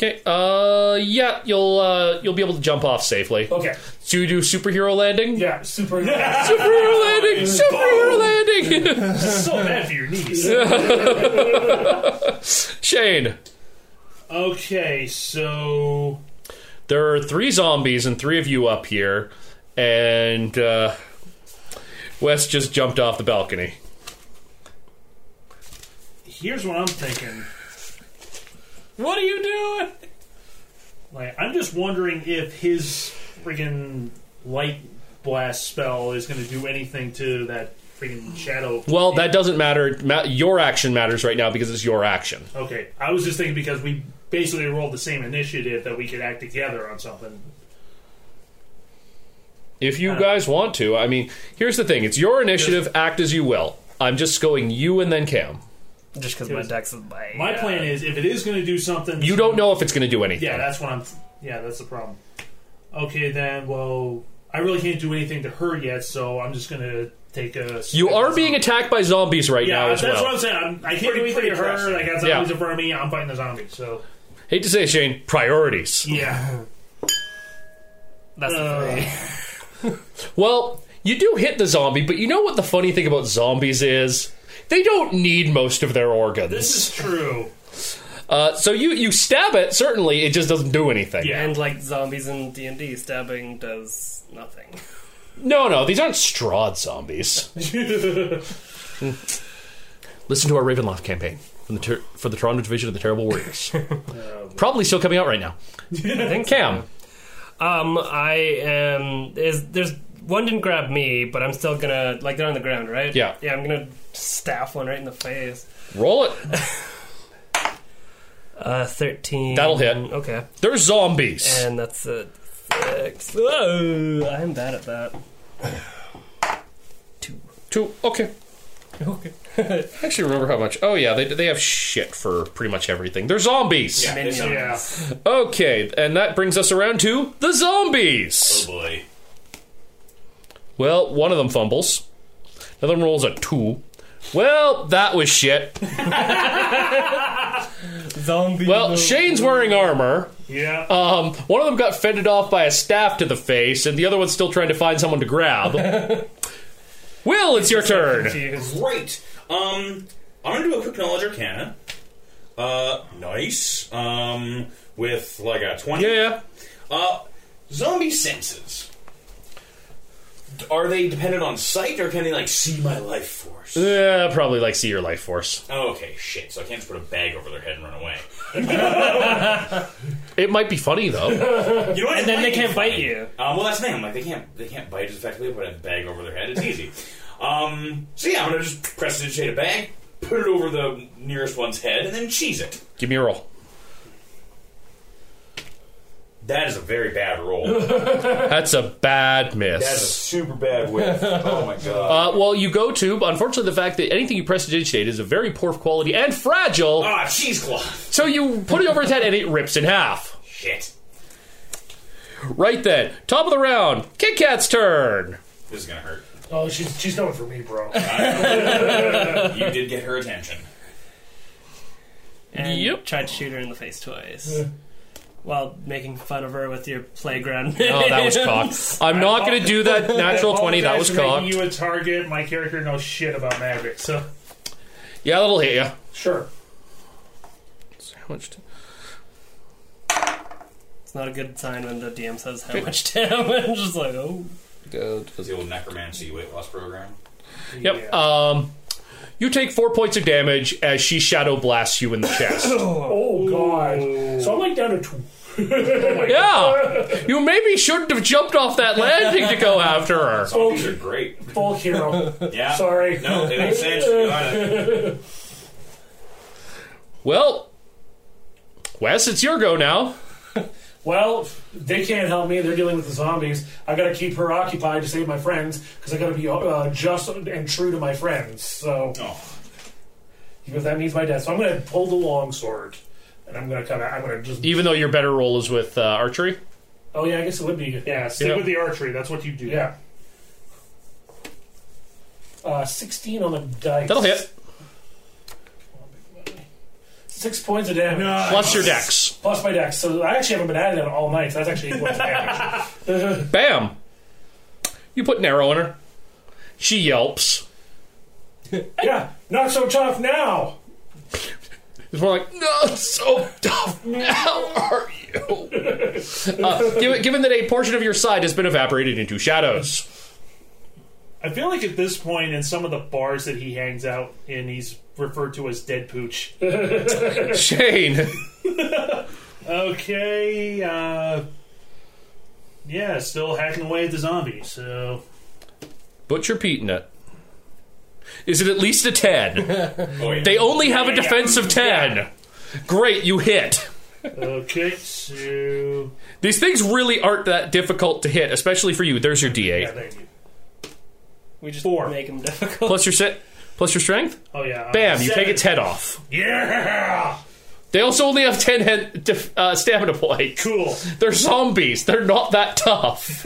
B: Okay. Uh, yeah, you'll uh, you'll be able to jump off safely.
F: Okay.
B: So you do superhero landing.
F: Yeah, super.
B: Superhero landing. Superhero landing.
C: so bad for your knees.
B: Shane,
C: Okay, so
B: there are three zombies and three of you up here, and uh, Wes just jumped off the balcony.
C: here's what I'm thinking.
B: What are you doing?
C: Like, I'm just wondering if his friggin' light blast spell is going to do anything to that friggin' shadow.
B: Well, that doesn't matter. Ma- your action matters right now because it's your action.
C: Okay, I was just thinking because we basically rolled the same initiative that we could act together on something.
B: If
C: Uh,
B: you guys want to, I mean, here's the thing: it's your initiative. Act as you will. I'm just going you and then Cam.
E: Just because my dex is my.
C: My plan is if it is going to do something,
B: You don't know if it's going to do anything.
C: Yeah, that's what I'm. Yeah, that's the problem. Okay, then. Well, I really can't do anything to her yet, so I'm just going to take a.
B: You are being attacked by zombies right
C: Yeah,
B: now as
C: that's
B: well.
C: what I'm saying. I'm, I can't do
D: Pretty-
C: anything to
D: pretty
C: her.
D: drastic.
C: Like, got
B: Yeah.
C: zombies in front of me. I'm fighting the zombies. So
B: Hate to say, it, Shane, priorities.
C: yeah,
E: That's
C: Uh,
E: the
B: Well, you do hit the zombie, but you know what the funny thing about zombies is? They don't need most of their organs.
C: this is true.
B: uh, so you you stab it. Certainly, it just doesn't do anything.
C: Yeah.
E: And like zombies in D and D, stabbing does nothing.
B: No, no, these aren't Strahd zombies. Listen to our Ravenloft campaign from the ter- for the Toronto Division of the Terrible Warriors. Probably still coming out right now. Cam,
E: Um, I am is there's one didn't grab me, but I'm still gonna like they're on the ground, right?
B: Yeah.
E: Yeah, I'm gonna staff one right in the face.
B: roll it.
E: Uh, thirteen.
B: That'll hit.
E: Okay,
B: They're zombies.
E: and that's a six. Whoa, I'm bad at that.
B: Two. Okay.
E: Okay.
B: I actually remember how much. Oh yeah, they they have shit for pretty much everything. They're zombies.
D: Yeah, it's not-
C: Yeah.
B: Okay, and that brings us around to the
D: Oh
B: zombies.
D: boy.
B: Well, one of them fumbles. Another one rolls a two. Well, that was shit.
E: Zombie.
B: Well, Shane's wearing armor.
C: Yeah.
B: Um, one of them got fended off by a staff to the face, and the other one's still trying to find someone to grab. Will, it's your turn.
D: Great. Um, I'm gonna do a quick knowledge arcana. Uh, nice. Um, with like a twenty.
B: Yeah, yeah.
D: Uh, zombie senses. Are they dependent on sight, or can they like see my life force? Oh,
B: Yeah, probably like see your life force.
D: Okay, shit. So I can't just put a bag over their head and run away.
B: It might be funny though.
D: You know what?
E: and then they can't bite you.
D: Uh, well, that's the thing. I'm like, they can't, they can't bite as effectively. Put a bag over their head. It's easy. um, so yeah, I'm gonna just press it shade a bag, put it over the nearest one's head, and then cheese it.
B: Give me a roll.
D: That is a very bad roll.
B: That's a bad
D: That's a
B: miss.
D: super bad whiff. Oh my god.
B: Uh, well, you go to, but unfortunately, the fact that anything you press to digitate is of very poor quality and fragile,
D: Ah, cheesecloth.
B: so you put it over his head and it rips in half.
D: Shit.
B: Right then, top of the round, Kit Kat's turn.
D: This is gonna hurt.
F: Oh, she's she's coming for me, bro.
D: You did get her attention.
E: And
B: Yep.
E: tried to shoot her in the face twice. While making fun of her with your playground.
B: Oh, that was cock. I'm not going to do that natural 20. That was
C: Apologize for making
B: cocked.
C: You a target. My character knows shit about magic, so
B: Yeah, that'll hit you.
F: sure.
B: How much? t-
E: It's not a good sign when the DM says how much damage. Just like, oh.
D: The old necromancy weight loss program.
B: Yep. Um, you take four points of damage as she shadow blasts you in the chest.
F: Oh god. So I'm like down to two.
B: yeah, you maybe shouldn't have jumped off that landing to go after her.
E: Oh.
D: Zombies are great.
F: full hero.
D: Yeah.
F: Sorry.
D: No, they make sense. You got it.
B: Well, Wes, it's your go now.
F: Well, they can't help me. They're dealing with the zombies. I gotta keep her occupied to save my friends because I gotta be uh, just and true to my friends. So
D: Oh.
F: because that means my death. So I'm gonna pull the long sword and I'm gonna come out. I'm gonna just.
B: Even though your better roll is with uh, archery.
F: Oh yeah, I guess it would be.
C: yeah. Stick
B: Yep.
C: with the archery. That's what you do.
F: Yeah. Uh, 16 on the dice.
B: That'll hit.
F: Six points of damage.
B: Plus your dex.
F: plus my dex. So I actually haven't been at it all night. So that's actually eight points of damage.
B: Bam! You put an arrow in her. She yelps.
F: yeah, not so tough now.
B: It's more like, no, it's so tough. How are you? Uh, given, given that a portion of your side has been evaporated into shadows.
C: I feel like at this point, in some of the bars that he hangs out in, he's referred to as Dead Pooch.
B: Shane,
C: okay, uh. Yeah, still hacking away at the zombies, so.
B: butcher peanut. Is it at least a 10?
D: Oh, yeah.
B: They only have a
C: Yeah.
B: defense of 10. Great, you hit.
C: Okay, so.
B: These things really aren't that difficult to hit, especially for you. There's your
C: Yeah,
B: D8.
C: thank you.
E: We just
C: Four.
E: make him difficult.
B: Plus your set, plus your strength.
C: Oh, yeah. uh,
B: Bam! You
C: seven.
B: take its head off.
C: Yeah!
B: They also only have ten head def- uh, stamina points.
C: Cool.
B: They're zombies. They're not that tough.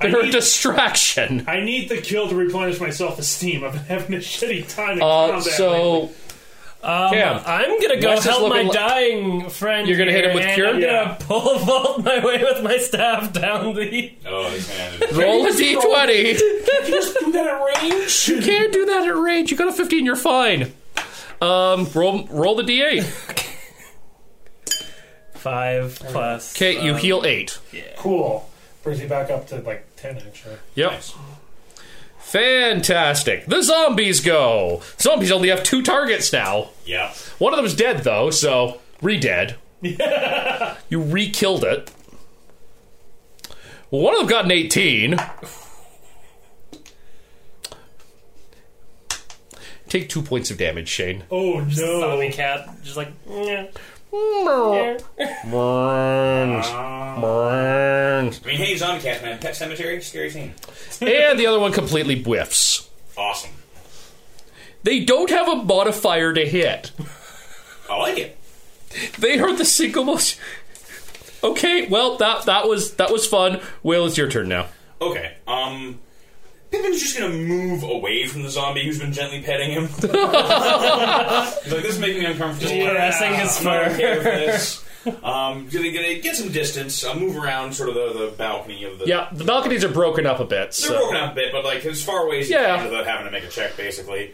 B: They're a
C: need-
B: distraction.
C: I need the kill to replenish my self esteem. I've been having a shitty time in
B: Uh,
C: combat. lately.
B: so
E: Um,
B: Cam,
E: I'm gonna go
B: Wes is
E: help my
B: looking li-
E: dying friend.
B: You're gonna hit him
E: here,
B: with
E: and
B: cure?
E: I'm
C: Yeah.
E: gonna pole vault my way with my staff down the.
D: Oh, he's gonna have it.
B: roll a d20.
F: Do that at range.
B: You can't do that at range. You got a 15. You're fine. Um, roll roll the d8.
E: Five plus.
B: Okay, you heal eight.
F: Cool. Brings me back up to like ten actually.
B: Yep. Fantastic. The zombies go. Zombies only have two targets now.
D: Yeah.
B: One of them's dead though, so re-dead. you re-killed it. Well, one of them got an 18. Take two points of damage, Shane.
C: oh
E: Zombie
C: no.
E: cat, just like yeah.
D: I mean, hey, Zombie Cat Man, Pet Cemetery, scary scene.
B: And the other one completely whiffs.
D: Awesome.
B: They don't have a modifier to hit.
D: I like it.
B: They are the single most. Okay, well that that was that was fun. Will, it's your turn now.
D: Okay. Um, Pippin's just gonna move away from the zombie who's been gently petting him. He's like, this is making me uncomfortable.
E: Caressing his
D: I'm not
E: fur.
D: okay with this. Um, gonna, gonna get some distance. I'll move around sort of the, the balcony of the.
B: Yeah, the balconies are broken up a bit.
D: They're
B: So.
D: broken up a bit, but like as far away as you
B: Yeah.
D: can without having to make a check, basically.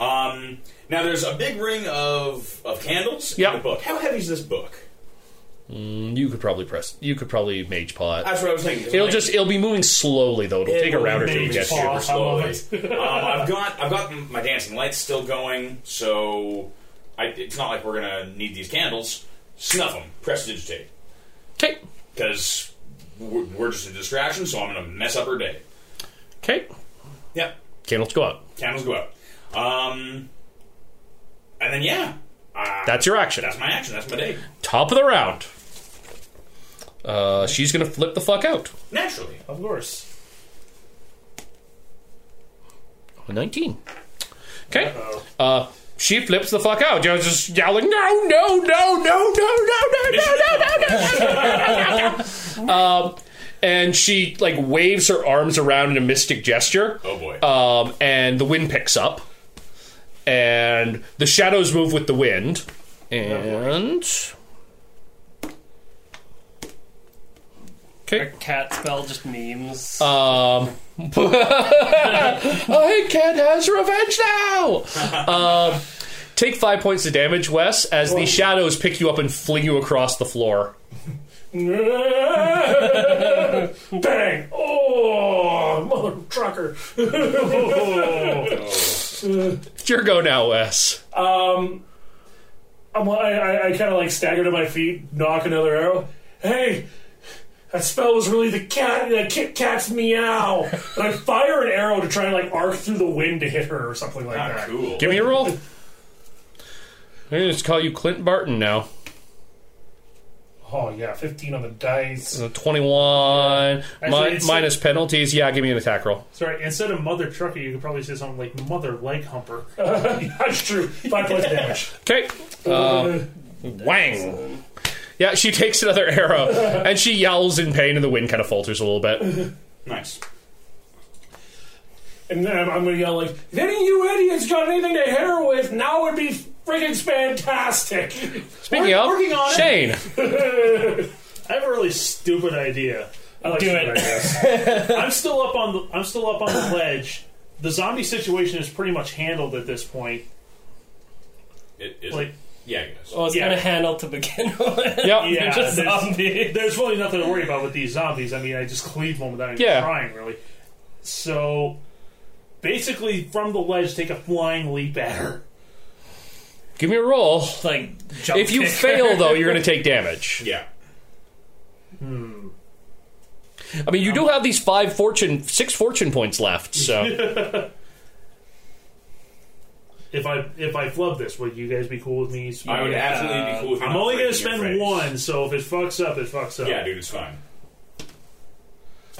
D: Um, now there's a big ring of of candles
B: Yep.
D: and a book. How heavy is this book?
B: You could probably press. You could probably mage paw it.
D: That's what I was thinking.
B: It'll
D: Like,
B: just. It'll be moving slowly though. It'll
D: It
B: take a
D: will
B: round or two
D: be
B: to get
D: super
B: you.
D: slowly. um, I've got I've got my dancing lights still going, so I, it's not like we're gonna need these candles. Snuff them, press digitate,
B: Okay.
D: because we're, we're just a distraction. So I'm gonna mess up her day.
B: Okay.
D: Yep,
B: Candles go out.
D: candles go out. Um, and then yeah, uh,
B: That's your action.
D: that's my action. That's my day.
B: Top of the round. Uh, she's gonna flip the fuck out.
D: Naturally,
C: Of course.
B: A Nineteen. Okay. Uh, she flips the fuck out. You're just yelling, no, no, no, no, no, no, no, no, no, no, no, no, no, no, no, no. Um, and she like waves her arms around in a mystic gesture.
D: oh boy.
B: um, and the wind picks up, and the shadows move with the wind, and
E: Our cat spell just memes.
B: um, I can has revenge now. Um, take five points of damage, Wes, as the shadows pick you up and fling you across the floor.
F: Bang! Oh, mother trucker.
B: It's your go now, Wes.
F: Um, I'm, I, I, I kind of like stagger to my feet, knock another arrow. Hey, that spell was really the cat, the Kit Kat's meow. and I fire an arrow to try and like arc through the wind to hit her or something like
D: Not
F: that.
D: Ah, cool.
B: Give me a roll. I'm gonna just call you Clint Barton now.
F: Oh yeah, fifteen on the dice.
B: So 21 mi-
C: Actually, it's-
B: minus penalties. Yeah, give me an attack roll.
C: Sorry, instead of Mother Trucker, you could probably say something like Mother Leg Humper.
F: That's true. Five points of damage.
B: Okay. Um,
F: Uh,
B: Wang. Yeah, she takes another arrow and she yells in pain, and the wind kind of falters a little bit.
D: Nice.
F: And then I'm, I'm gonna yell like, "If any of you idiots got anything to hit her with, now would be Freaking fantastic!
B: Speaking
F: We're
B: of,
F: working on it.
B: Shane,
C: I have a really stupid idea. I like
E: Do
C: stupid
E: it.
C: ideas. I'm still up on the I'm still up on the ledge. The zombie situation is pretty much handled at this point.
D: It is.
C: Like
D: yeah, I guess.
E: Well, it's
C: Yeah.
E: kind of handled to begin with.
B: Yep.
E: You're
C: Yeah,
E: just
C: there's-
E: zombie.
C: there's really nothing to worry about with these zombies. I mean, I just cleave one without even
B: Yeah.
C: trying, really. So basically, from the ledge, take a flying leap at her.
B: give me a roll.
E: Like, jump
B: If you
E: kick.
B: fail, though, you're going to take damage.
D: Yeah.
B: I mean, you do have these five fortune, six fortune points left. So
C: If I if I flub this, would you guys be cool with me?
D: I would absolutely be cool with you
C: I'm
D: not
C: only gonna
D: breaking your
C: spend
D: frames.
C: one, so if it fucks up, it fucks up.
D: Yeah, dude, it's fine.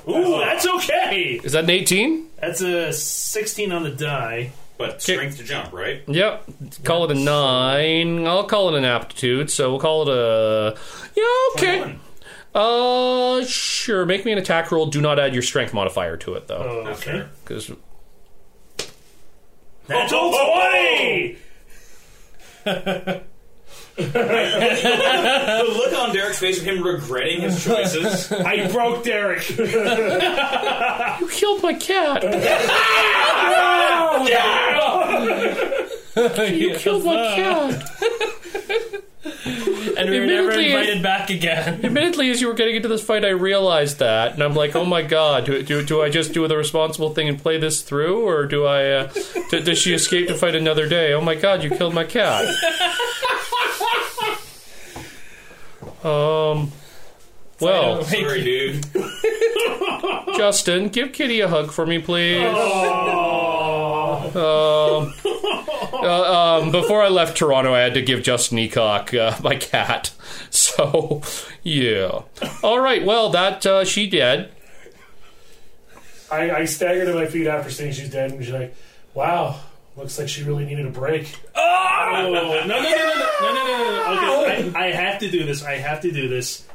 C: Ooh, that's okay.
B: is that an eighteen?
C: That's a 16 on the die.
D: But strength to jump, right?
B: Yep. Call it a nine. I'll call it an aptitude. So we'll call it a yeah. Okay.
D: One.
B: Uh, sure. Make me an attack roll. Do not add your strength modifier to it though,
D: Not
C: Okay.
D: fair.
B: because
C: That's
D: Oh,
C: a 20!
D: The look on Derek's face of him regretting his choices.
C: I broke Derek.
B: you killed my cat. You killed my cat.
E: and we were never
B: Admittedly, it's-
E: invited back again.
B: Admittedly, as you were getting into this fight, I realized that, and I'm like, oh my god, do, do, do I just do the responsible thing and play this through, or do I? Uh, d- does she escape to fight another day? Oh my god, you killed my cat. Um. Well,
D: Sorry, dude.
B: Justin, give Kitty a hug for me, please. Um, uh, um, before I left Toronto, I had to give Justin Eacock uh, my cat. So, yeah. All right. Well, that uh, she did.
F: I, I stagger to my feet after seeing she's dead, and she's like, "Wow, looks like she really needed a break."
B: Oh!
C: no, no, no, no, no, no, no, no, no. Okay, I, I have to do this. I have to do this.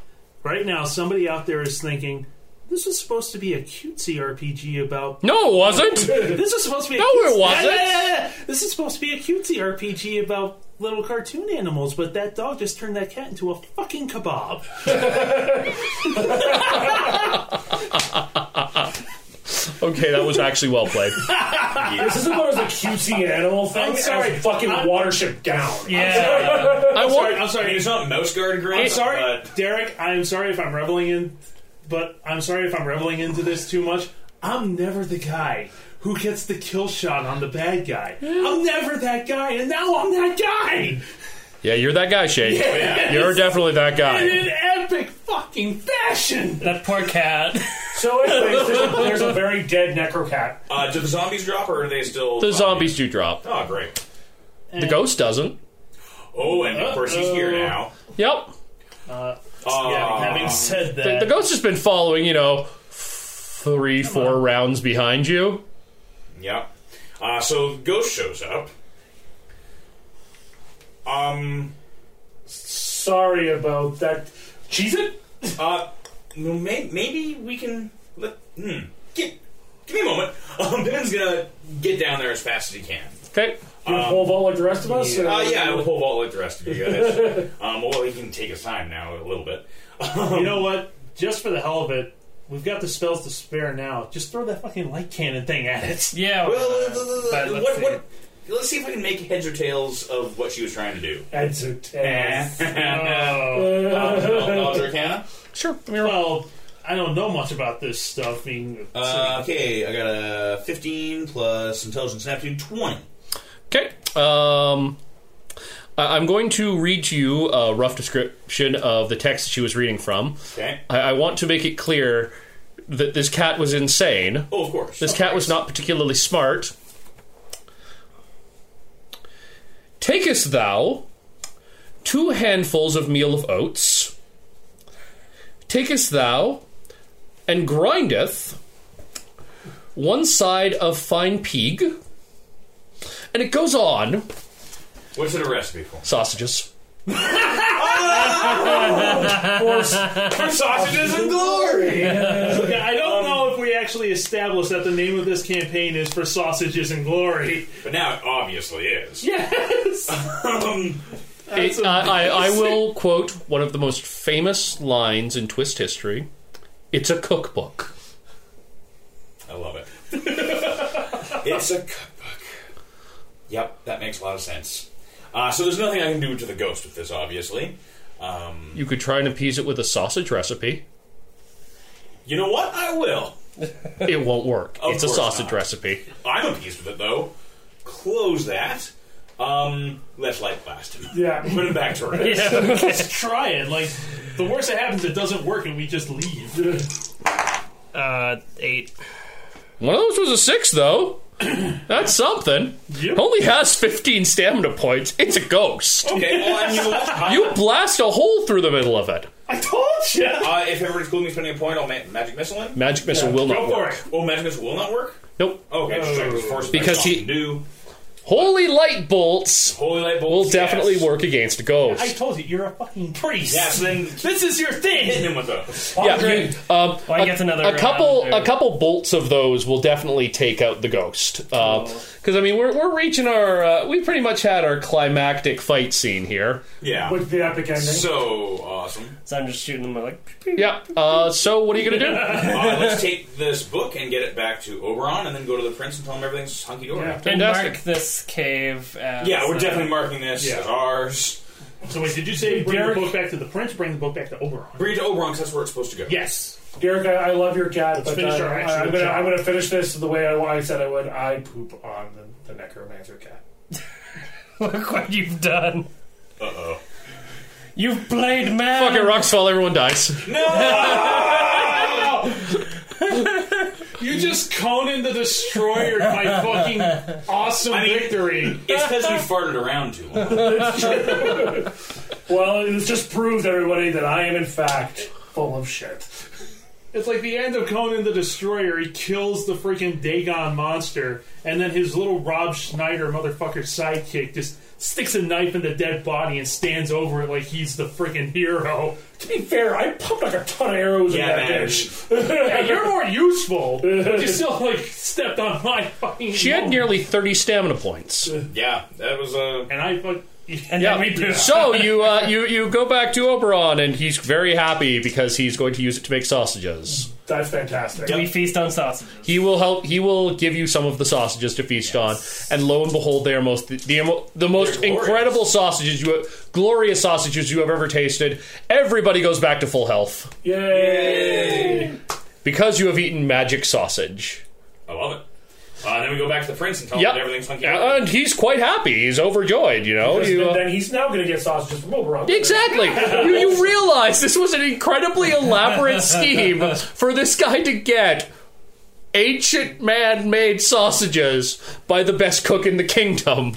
C: Right now, somebody out there is thinking, this was supposed to be a cutesy RPG about.
B: No, it wasn't.
C: This was supposed to be. A
B: No,
C: cutesy-
B: it wasn't.
C: Yeah, yeah, yeah, yeah. This is supposed to be a cutesy RPG about little cartoon animals, but that dog just turned that cat into a fucking kebab.
B: Okay, that was actually well played.
F: This isn't what was a cutesy animal thing.
C: I'm sorry.
F: as fucking
C: I'm-
F: Watership Down.
E: Yeah.
B: I
C: I'm sorry.
B: want.
C: I'm
D: I mean,
C: sorry.
D: it's not most guard grade.
C: I'm sorry,
D: But
C: Derek. I'm sorry if I'm reveling in, but I'm sorry if I'm reveling into this too much. I'm never the guy who gets the kill shot on the bad guy. I'm never that guy, and now I'm that guy
B: Yeah, you're that guy, Shane. You're definitely that
C: in
B: guy.
C: an epic fucking fashion.
E: that poor cat.
F: So, anyways, there's, there's a very dead necrocat.
D: uh, do the zombies drop, or are they still
B: The zombies do drop.
D: Oh, great.
B: The ghost doesn't.
D: Oh, and of course he's here now.
B: Yep.
D: Uh,
C: Having said
B: The,
C: that,
B: the ghost has been following, you know, three, four rounds behind you.
D: Yep. Uh, so Ghost shows up. Um.
F: Sorry about that. Cheese it?
D: Uh. well, May- maybe we can. Let, hmm. Get, give me a moment. Um, Ben's gonna get down there as fast as he can.
B: Okay.
F: Do a pole vault like the rest of us?
D: Uh, Um, yeah, I will pull vault like the rest of you guys. um, well, he can take his time now a little bit.
C: you know what? Just for the hell of it, we've got the spells to spare now. Just throw that fucking light cannon thing at it.
E: Yeah.
D: Well,
E: But let's
D: what,
E: see.
D: what, let's see if we can make heads or tails of what she was trying to do.
F: Heads or tails.
D: Arcana?
B: Sure.
C: Well, I don't know much about this stuff. Being
D: Uh, okay, I got a 15 plus intelligence and aptitude 20.
B: Okay. Um, I- I'm going to read to you a rough description of the text she was reading from.
D: Okay.
B: I, I want to make it clear that this cat was insane.
D: Oh, of course.
B: This cat was not particularly smart. Takest thou two handfuls of meal of oats, takest thou and grindeth one side of fine pig, and it goes on
D: What's it a recipe for?
B: sausages.
D: Sausages and glory! um,
C: I don't know if we actually established that the name of this campaign is for sausages and glory.
D: But now it obviously is.
C: Yes.
B: It- I, I, I will quote one of the most famous lines in Twist history. It's a cookbook.
D: I love it. it's a cookbook. Yep, that makes a lot of sense. Uh, so there's nothing I can do to the ghost with this, obviously.
B: You could try and appease it with a sausage recipe.
D: You know what? I will.
B: It won't work.
D: Of
B: it's a
D: course
B: sausage
D: not.
B: recipe.
D: I'm appeased with it, though. Close that. Um, let's light blast him.
F: Yeah.
D: Put him back to rest.
C: Let's try it. Like, the worst that happens, it doesn't work and we just leave.
E: Uh, eight.
B: One of those was a six, though. That's something. Only has 15 stamina points. It's a ghost.
D: Okay, well, and you know what? I-
B: You blast a hole through the middle of it.
C: I told you.
D: Uh, if everyone's cool with me spending a point, I'll ma- magic missile him.
B: Magic missile will
C: Go
B: not
C: for
B: work.
C: it.
D: Oh, magic missile will not work.
B: Nope.
D: Okay, just check this force.
B: Because he-
D: can do
B: Holy light bolts
D: holy light bolts.
B: will definitely
D: yes.
B: work against a ghost.
C: I told you, you're a fucking priest.
D: Yeah, so then
C: This is your
D: hit
C: thing.
D: him with those.
B: yeah, you- um,
E: Well, I
B: a,
E: guess another
B: a couple
E: round, or-
B: a couple bolts of those will definitely take out the ghost. Because I mean, we're we're reaching our uh, we pretty much had our climactic fight scene here.
D: Yeah.
F: With the epic ending.
D: So awesome.
E: So I'm just shooting them like.
B: Yeah. Uh, so what are you gonna do?
D: Uh, let's take this book and get it back to Oberon, and then go to the prince and tell him everything's hunky dory. Yeah.
F: Yeah.
E: And
B: Fantastic.
E: mark this cave as.
D: we're
E: uh,
D: definitely marking this as ours.
C: So wait, did you say bring
F: Derek-
C: the book back to the prince? Bring the book back to Oberon.
D: Bring it to Oberon, 'cause that's where it's supposed to go.
C: Yes.
F: Derek, I, I love your cat, but
C: finish
F: uh,
C: our actual
F: I, am gonna
C: job.
F: I'm gonna finish this the way I, I said I would. I poop on the, the necromancer cat.
E: Look what you've done.
D: Uh oh.
E: You've played man.
B: Fuck it, rocks fall, everyone dies.
C: You just Conan the Destroyer my fucking awesome
D: I mean-
C: victory.
D: It's because we farted around too long.
F: Well, this just proves everybody that I am in fact full of shit.
C: It's like the end of Conan the Destroyer. He kills the freaking Dagon monster, and then his little Rob Schneider motherfucker sidekick just sticks a knife in the dead body and stands over it like he's the freaking hero.
F: To be fair, I pumped like a ton of arrows
D: Yeah,
F: in that
D: man.
C: Yeah,
F: bitch.
C: you're more useful, but you still like stepped on my fucking.
B: She had
C: moment.
B: nearly 30 stamina points.
D: yeah, that was uh,
C: and I fuck.
E: And
B: Yeah.
E: then we poof.
B: So you uh, you you go back to Oberon, and he's very happy because he's going to use it to make sausages.
F: That's fantastic.
E: We feast on sausages.
B: He will help. He will give you some of the sausages to feast on, and lo and behold, they are most the emo- the most
D: They're glorious.
B: incredible sausages you glorious sausages you have ever tasted. Everybody goes back to full health
F: Yay!
B: because you have eaten magic sausage.
D: I love it. Uh, then we go back to the prince and tell him
B: Yep,
D: that everything's hunky dory.
B: and he's quite happy. He's overjoyed. You know. You, uh,
F: then he's now going to get sausages from Oberon.
B: Exactly. you, you realize this was an incredibly elaborate scheme for this guy to get ancient man-made sausages by the best cook in the kingdom.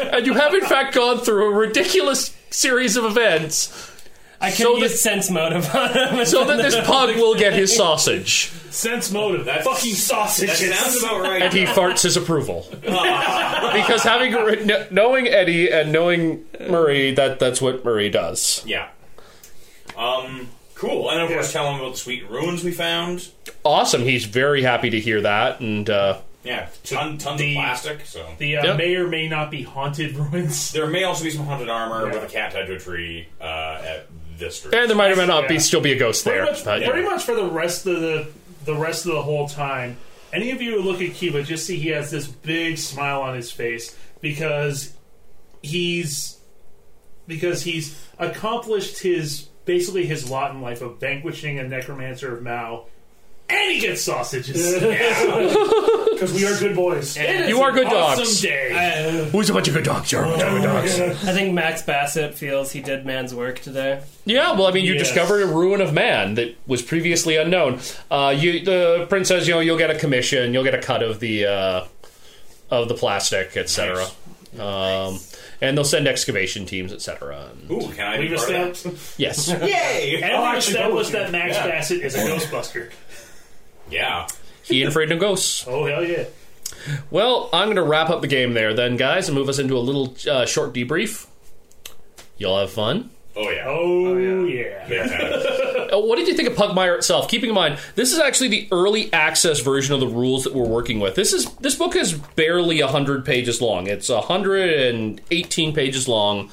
B: And you have in fact gone through a ridiculous series of events
E: I can
B: So
E: use
B: that-
E: sense motive on him.
B: so that this pug will get his sausage.
C: Sense motive. That fucking sausage.
D: That sounds about right.
B: uh, He farts his approval. because having kn- knowing Eddie and knowing Murray that that's what Murray does.
D: yeah. Um, cool. And of course, tell him about the sweet ruins we found.
B: Awesome. He's very happy to hear that and uh
D: Yeah, ton, tons
C: the-
D: of plastic. So
C: the uh,
B: Yep.
C: may or may not be haunted ruins.
D: there may also be some haunted armor with a cat tied to a tree uh, at this. street.
B: And there might or might not be
C: Yeah.
B: still be a ghost there.
C: Pretty much,
B: but, yeah.
C: pretty much for the rest of the the rest of the whole time. Any of you who look at Kiva, just see he has this big smile on his face because he's because he's accomplished his basically his lot in life of vanquishing a necromancer of Mao, and he gets sausages.
F: Because we are good boys.
B: You are good
C: awesome
B: dogs.
C: Day.
B: Who's a bunch of good dogs? You're a bunch of good dogs.
E: I think Max Bassett feels he did man's work today.
B: Yeah, well, I mean, you
C: Yes.
B: discovered a ruin of man that was previously unknown. Uh, you, the prince says, you know, you'll get a commission, you'll get a cut of the uh, of the plastic, etc. Um, and they'll send excavation teams, etc.
D: Ooh, can I
C: We've
D: be part of
C: established,
D: that?
C: and
B: Yes,
D: Yay!
C: we've
F: actually go with
C: established that Max
D: Yeah.
C: Bassett is a Ghostbuster.
D: Yeah.
B: he ain't afraid of ghosts.
C: Oh hell yeah!
B: Well, I'm going to wrap up the game there, then, guys, and move us into a little uh, short debrief. Y'all have fun.
D: Oh yeah.
C: Oh yeah!
D: Yeah.
B: Uh, what did you think of Pugmire itself? Keeping in mind, this is actually the early access version of the rules that we're working with. This is this book is barely hundred pages long. It's hundred and eighteen pages long,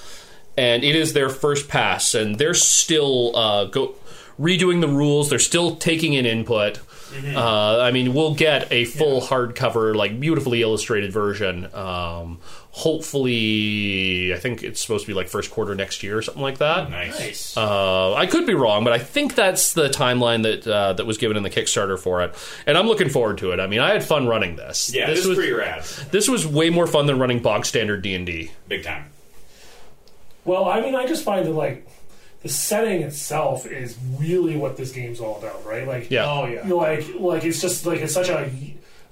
B: and it is their first pass, and they're still uh, go redoing the rules. They're still taking in input. Uh, I mean, we'll get a full hardcover, like beautifully illustrated version. Um, hopefully, I think it's supposed to be like first quarter next year or something like that.
D: Nice.
B: Uh, I could be wrong, but I think that's the timeline that uh, that was given in the Kickstarter for it, and I'm looking forward to it. I mean, I had fun running this.
D: yeah,
B: this,
D: this, is
B: was
D: pretty rad.
B: this was way more fun than running bog standard D and D.
D: Big time.
F: Well, I mean, I just find that like the setting itself is really what this game's all about, right? Like,
B: Yeah.
C: Oh, yeah.
F: like like it's just like it's such a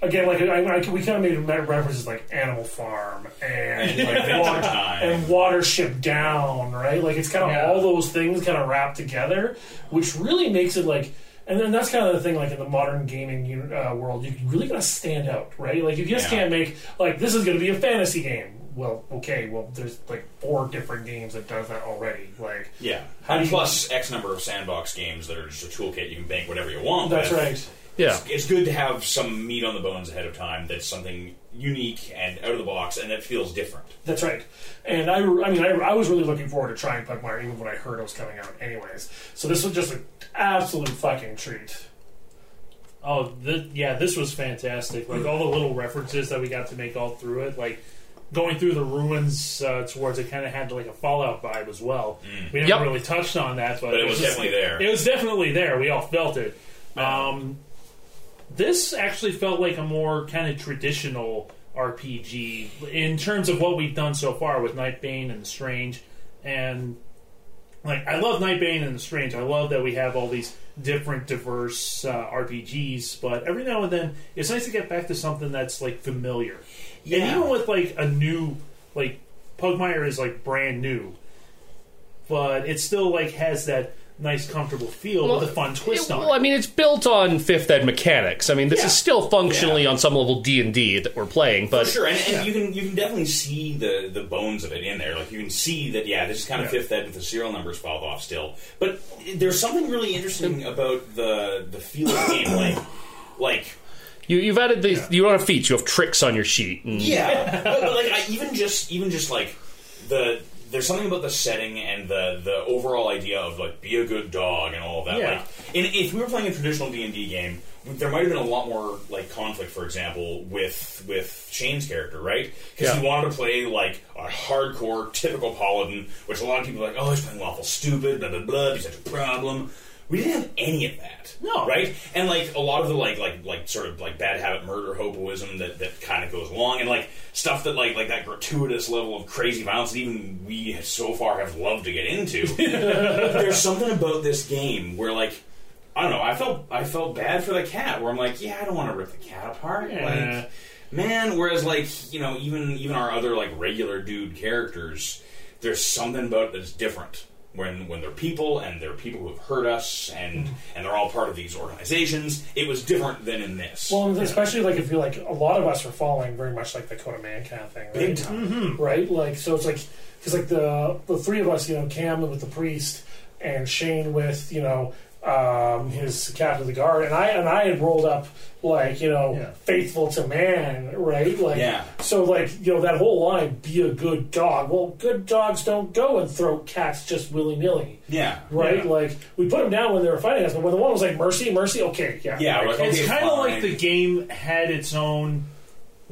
F: again like I, I, we kind of made re- references like Animal Farm and like water,
D: Time.
F: and Watership Down, right? Like it's kind of
C: Yeah.
F: all those things kind of wrapped together, which really makes it like. And then that's kind of the thing, like in the modern gaming uni- uh, world, you really gotta stand out, right? Like you just
D: Yeah.
F: can't make like this is gonna be a fantasy game. Well, okay, well there's like four different games that does that already. Like
D: Yeah.
F: How do
D: And
F: you-
D: plus X number of sandbox games that are just a toolkit you can bank whatever you want.
F: that's
D: with.
F: right.
B: Yeah,
D: It's good to have some meat on the bones ahead of time that's something unique and out of the box and that feels different.
F: That's right. And I, I mean, I, I was really looking forward to trying Pugmire even when I heard it was coming out, anyways. So this was just an absolute fucking treat.
C: Oh, th yeah, this was fantastic. Like all the little references that we got to make all through it, like going through the ruins uh, towards it, kind of had like a Fallout vibe as well. We never
B: Yep.
C: really touched on that, but,
D: But it was
C: just-
D: definitely there.
C: It was definitely there. We all felt it. Um, this actually felt like a more kind of traditional RPG in terms of what we've done so far with Nightbane and Strange, and like I love Nightbane and Strange. I love that we have all these different, diverse uh, RPGs, but every now and then it's nice to get back to something that's like familiar. And
D: Yeah.
C: even with like a new, like Pugmire is like brand new, but it still like has that nice, comfortable feel
B: Well,
C: with a fun twist
B: It-
C: on
B: well,
C: it.
B: I mean, it's built on fifth ed mechanics. I mean, this
C: Yeah.
B: is still functionally on some level D and D that we're playing, but
D: Sure, and, and you can you can definitely see the, the bones of it in there. Like you can see that yeah, this is kind of fifth ed with the serial numbers filed off still. But there's something really interesting about the the feel of the game, like like
B: you, you've added these. You don't have feats. You have tricks on your sheet. And,
D: Yeah, but, but, like I, even just even just like the there's something about the setting and the the overall idea of like be a good dog and all of that.
C: Yeah.
D: Like, in, if we were playing a traditional D and D game, there might have been a lot more like conflict. For example, with with Shane's character, right? Because
B: Yeah.
D: he wanted to play like a hardcore typical paladin, which a lot of people are like, oh, he's playing lawful stupid, blah blah blah. He's such a problem. We didn't have any of that.
C: No.
D: right? right? And like a lot of the like like like sort of like bad habit murder hoboism that that kind of goes along, and like stuff that like like that gratuitous level of crazy violence that even we so far have loved to get into. There's something about this game where like. I don't know. I felt I felt bad for the cat. Where I'm like, yeah, I don't want to rip the cat apart.
C: Yeah.
D: Like, man. Whereas, like, you know, even even our other like regular dude characters, there's something about it that's different when when they're people and they're people who have hurt us and and they're all part of these organizations. It was different than in this.
F: Well, and especially like if you like a lot of us are following very much like the Coda Man kind of thing, right?
D: Big time.
F: Right? Like so, it's like because like the the three of us, you know, Cam with the priest and Shane with you know um, his captain of the guard, and I and I had rolled up like you know
C: Yeah.
F: faithful to man, right? Like
D: Yeah.
F: So like you know that whole line, be a good dog. Well, good dogs don't go and throw cats just willy nilly.
D: Yeah.
F: Right,
D: Yeah.
F: like we put them down when they were fighting us, but when the one was like mercy, mercy, okay, yeah,
D: Yeah, like,
F: right.
C: It's
D: okay,
C: kind of like
D: fine.
C: the game had its own,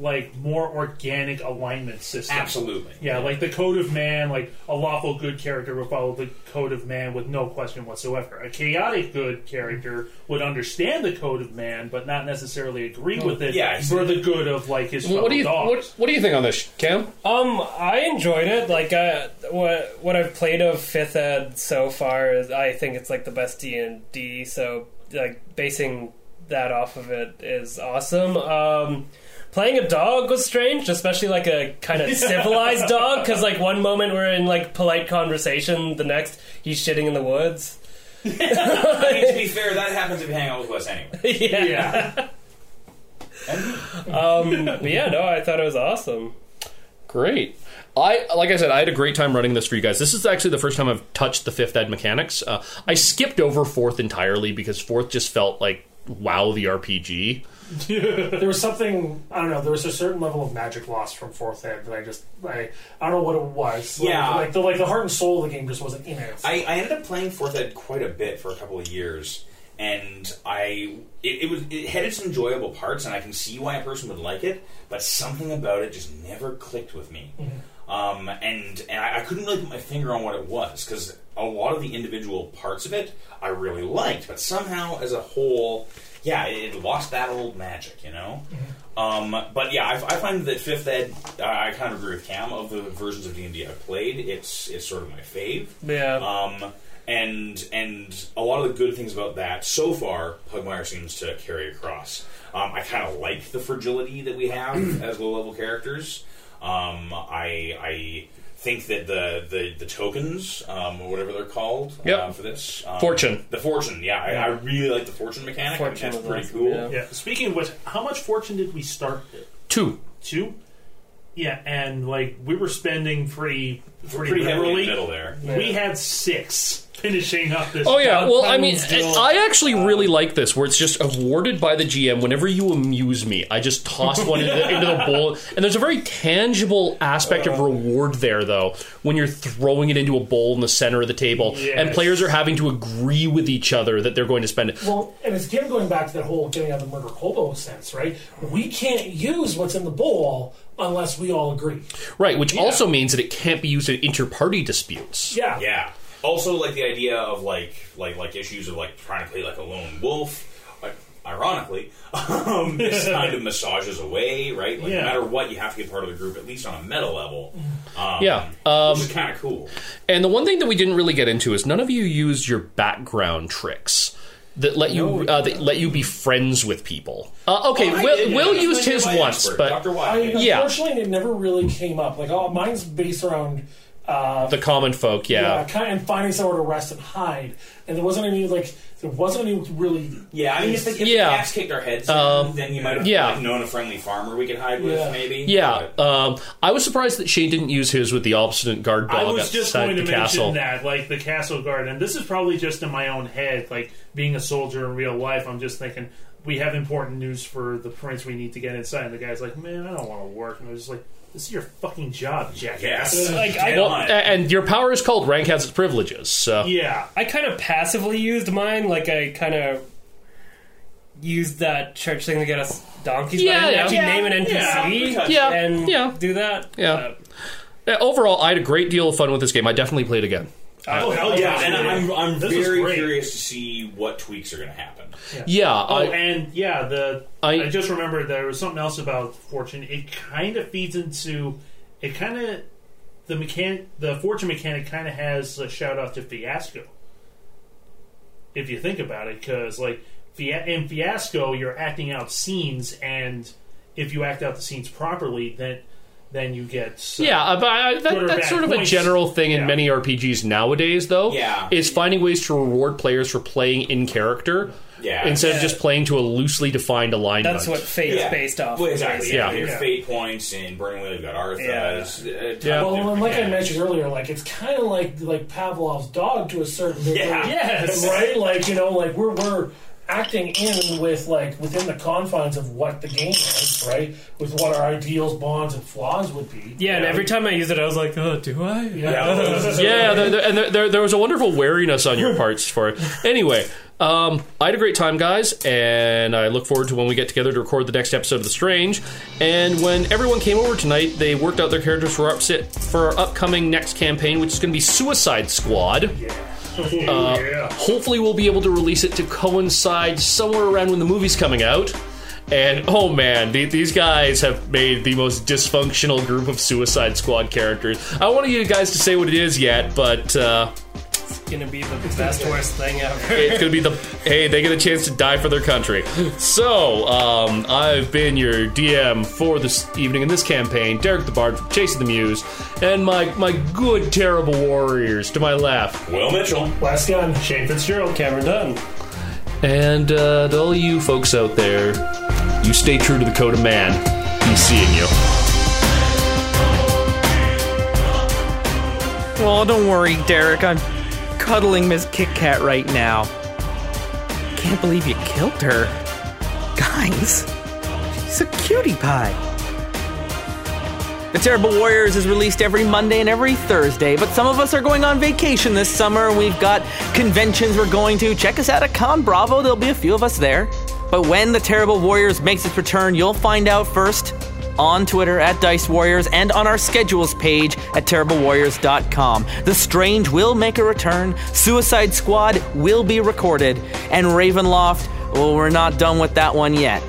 C: like more organic alignment system.
D: Absolutely.
C: Yeah, like the code of man, like a lawful good character would follow the code of man with no question whatsoever. A chaotic good character would understand the code of man, but not necessarily agree with it
D: yeah, I see.
C: for the good of like his fellow
B: what do you
C: Oh, dogs.
B: what, what do you think on this, Cam?
E: Um, I enjoyed it. Like, uh, what what I've played of Fifth Ed so far is, I think it's like the best D and D. So, like, basing that off of it is awesome. Um, playing a dog was strange, especially like a kind of civilized dog, because like one moment we're in like polite conversation, the next he's shitting in the woods.
D: I mean, to be fair, that happens if you hang out with us anyway.
E: yeah.
D: Yeah.
E: Um, but yeah, no, I thought it was awesome.
B: Great. I like I said, I had a great time running this for you guys. This is actually the first time I've touched the fifth ed mechanics. Uh, I skipped over fourth entirely because fourth just felt like wow the RPG.
F: There was something I don't know. There was a certain level of magic lost from fourth ed that I just I I don't know what it was. Like-
D: Yeah.
F: like the like the heart and soul of the game just wasn't in it.
D: I, I ended up playing Fourth Ed quite a bit for a couple of years, and I it, it was it had its enjoyable parts, and I can see why a person would like it, but something about it just never clicked with me. Um, and and I, I couldn't really put my finger on what it was because a lot of the individual parts of it I really liked, but somehow as a whole, yeah, it, it lost that old magic, you know. Um, but yeah, I, I find that Fifth Ed, I I kind of agree with Cam. Of the versions of D and D I've played, it's it's sort of my fave.
E: Yeah.
D: Um, and and a lot of the good things about that so far, Pugmire seems to carry across. Um, I kind of like the fragility that we have as low level characters. Um, I I think that the the, the tokens, um, or whatever they're called,
B: Yep.
D: uh, for this um,
B: Fortune.
D: the fortune, yeah, I, I really like the fortune mechanic. I think
E: Fortune
D: that's
E: was
D: pretty
E: awesome,
D: cool.
E: yeah.
C: Yeah. Speaking of which, how much fortune did we start at?
B: Two.
C: Two? Yeah, and like we were spending pretty pretty,
D: Pretty heavily in the
C: liberally.
D: middle there.
C: We had six finishing up this.
B: Oh yeah. Well, I mean,
C: Valentine's deal.
B: I actually really like this, where it's just awarded by the GM. Whenever you amuse me, I just toss one into, the, into the bowl. And there's a very tangible aspect of reward there, though, when you're throwing it into a bowl in the center of the table, and
C: Yes.
B: players are having to agree with each other that they're going to spend it.
F: Well, and it's again going back to that whole getting out of the murder hobo sense, right? We can't use what's in the bowl unless we all agree.
B: Right, which also means that it can't be used in inter-party disputes.
F: Yeah.
D: Yeah. Also, like the idea of like like like issues of like trying to play like a lone wolf. Like, ironically, um, this kind of massages away, right? Like,
C: Yeah.
D: No matter what, you have to be part of the group, at least on a meta level. Um,
B: Yeah, Uh,
D: which is kind of cool.
B: And the one thing that we didn't really get into is none of you used your background tricks that let you uh, that let you be friends with people. Uh,
C: Oh,
B: okay,
D: I
B: Will,
D: did, yeah,
B: Will
D: that's
B: used
D: my-
B: his
D: my
B: once,
D: expert,
B: but
D: Dr.
F: I,
D: Wiley.
B: Yeah.
F: Unfortunately, it never really came up. Like, oh, mine's based around uh,
B: the common folk,
F: uh,
B: yeah.
F: kind of finding somewhere to rest and hide, and there wasn't any like there wasn't any really.
D: Yeah, I mean, if the, if
B: Yeah. Um,
D: the cats kicked our heads, in, then you might have
B: yeah.
D: like, known a friendly farmer we could hide with,
F: Yeah.
D: maybe.
B: Yeah,
D: But-
B: um, I was surprised that Shane didn't use his with the obstinate guard
C: I
B: dog
C: was just
B: outside
C: going to
B: the
C: mention
B: castle.
C: that, like the castle guard, and this is probably just in my own head, like being a soldier in real life. I'm just thinking we have important news for the prince. We need to get inside. And the guy's like, "Man, I don't want to work." And I was just like, "This is your fucking job, jackass."
D: yes.
E: Like, I-
D: Dead
E: Well,
B: A-
D: on.
B: And your power is called rank has its privileges. So
C: Yeah.
E: I kind of passively used mine, like I kind of used that church thing to get us donkeys.
B: Yeah,
E: but I
B: yeah.
E: didn't actually name an NPC
D: Yeah.
B: Yeah,
E: and
B: yeah.
E: do that.
B: Yeah.
E: Uh,
B: uh, overall, I had a great deal of fun with this game. I definitely played again.
C: Oh hell
D: yeah,
C: yeah!
D: and I'm, I'm
C: This was
D: very
C: great.
D: curious to see what tweaks are going to happen.
B: Yeah,
C: Oh,
B: I,
C: and yeah, the
B: I-
C: I, just remembered there was something else about fortune. It kind of feeds into it. Kind of the mechanic, the fortune mechanic, kind of has a shout out to Fiasco. If you think about it, because like Fia- in Fiasco, you're acting out scenes, and if you act out the scenes properly, then then you get uh,
B: Yeah, uh, but I, that,
C: or
B: that's
C: bad
B: sort of
C: points.
B: a general thing in
C: Yeah.
B: many RPGs nowadays, though.
D: Yeah.
B: is finding ways to reward players for playing in character
D: Yeah.
B: instead of
E: Yeah.
B: just playing to a loosely defined alignment.
E: that's what fate's based off.
D: Well,
E: of,
D: exactly.
E: basically.
D: Yeah.
B: Yeah.
D: Your
C: Yeah.
D: fate points and Burning Wheel, you've got Arthas.
E: Yeah.
D: uh, tons
B: Yeah.
D: of
F: Well, and
D: different
F: like I
D: mechanics.
F: mentioned earlier, like it's kind of like like Pavlov's dog to a certain degree,
D: Yeah.
C: Yes.
F: right? Like you know, like we're we're acting in with like within the confines of what the game is, right? With what our ideals, bonds, and flaws would be.
E: Yeah, and every time I used it, I was like, "Oh, do I?"
D: Yeah.
B: Yeah, there, there- and there, there, there was a wonderful wariness on your parts for it. Anyway, um, I had a great time, guys, and I look forward to when we get together to record the next episode of The Strange. And when everyone came over tonight, they worked out their characters for, upset, for our upcoming next campaign, which is going to be Suicide Squad.
C: yeah.
B: Hopefully, we'll be able to release it to coincide somewhere around when the movie's coming out. And oh man, the, these guys have made the most dysfunctional group of Suicide Squad characters. I don't want you guys to say what it is yet, but uh,
E: It's gonna be the best worst thing ever.
B: it's gonna be the hey, they get a chance to die for their country. So um, I've been your DM for this evening in this campaign, Derek the Bard from Chasing the Muse, and my my good terrible warriors to my left.
D: Will Mitchell.
F: last gun.
C: Shane Fitzgerald,
E: Cameron Dunn.
B: And uh, to all you folks out there, you stay true to the code of man. He's seeing you.
A: Well, don't worry, Derek. I'm cuddling Miss Kit Kat right now. Can't believe you killed her. Guys, she's a cutie pie. The Terrible Warriors is released every Monday and every Thursday, but some of us are going on vacation this summer. We've got conventions we're going to. Check us out at Con Bravo, there'll be a few of us there. But when The Terrible Warriors makes its return, you'll find out first on Twitter at Dice Warriors and on our schedules page at terriblewarriors.com. The Strange will make a return, Suicide Squad will be recorded, and Ravenloft, well, we're not done with that one yet.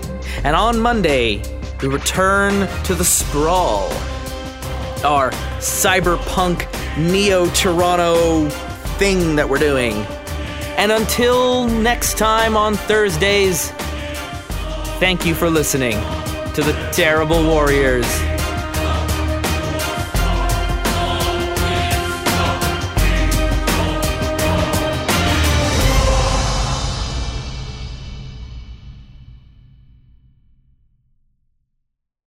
A: And on Monday, we return to the sprawl. Our cyberpunk neo Toronto thing that we're doing. And until next time on Thursdays, thank you for listening to the Terrible Warriors.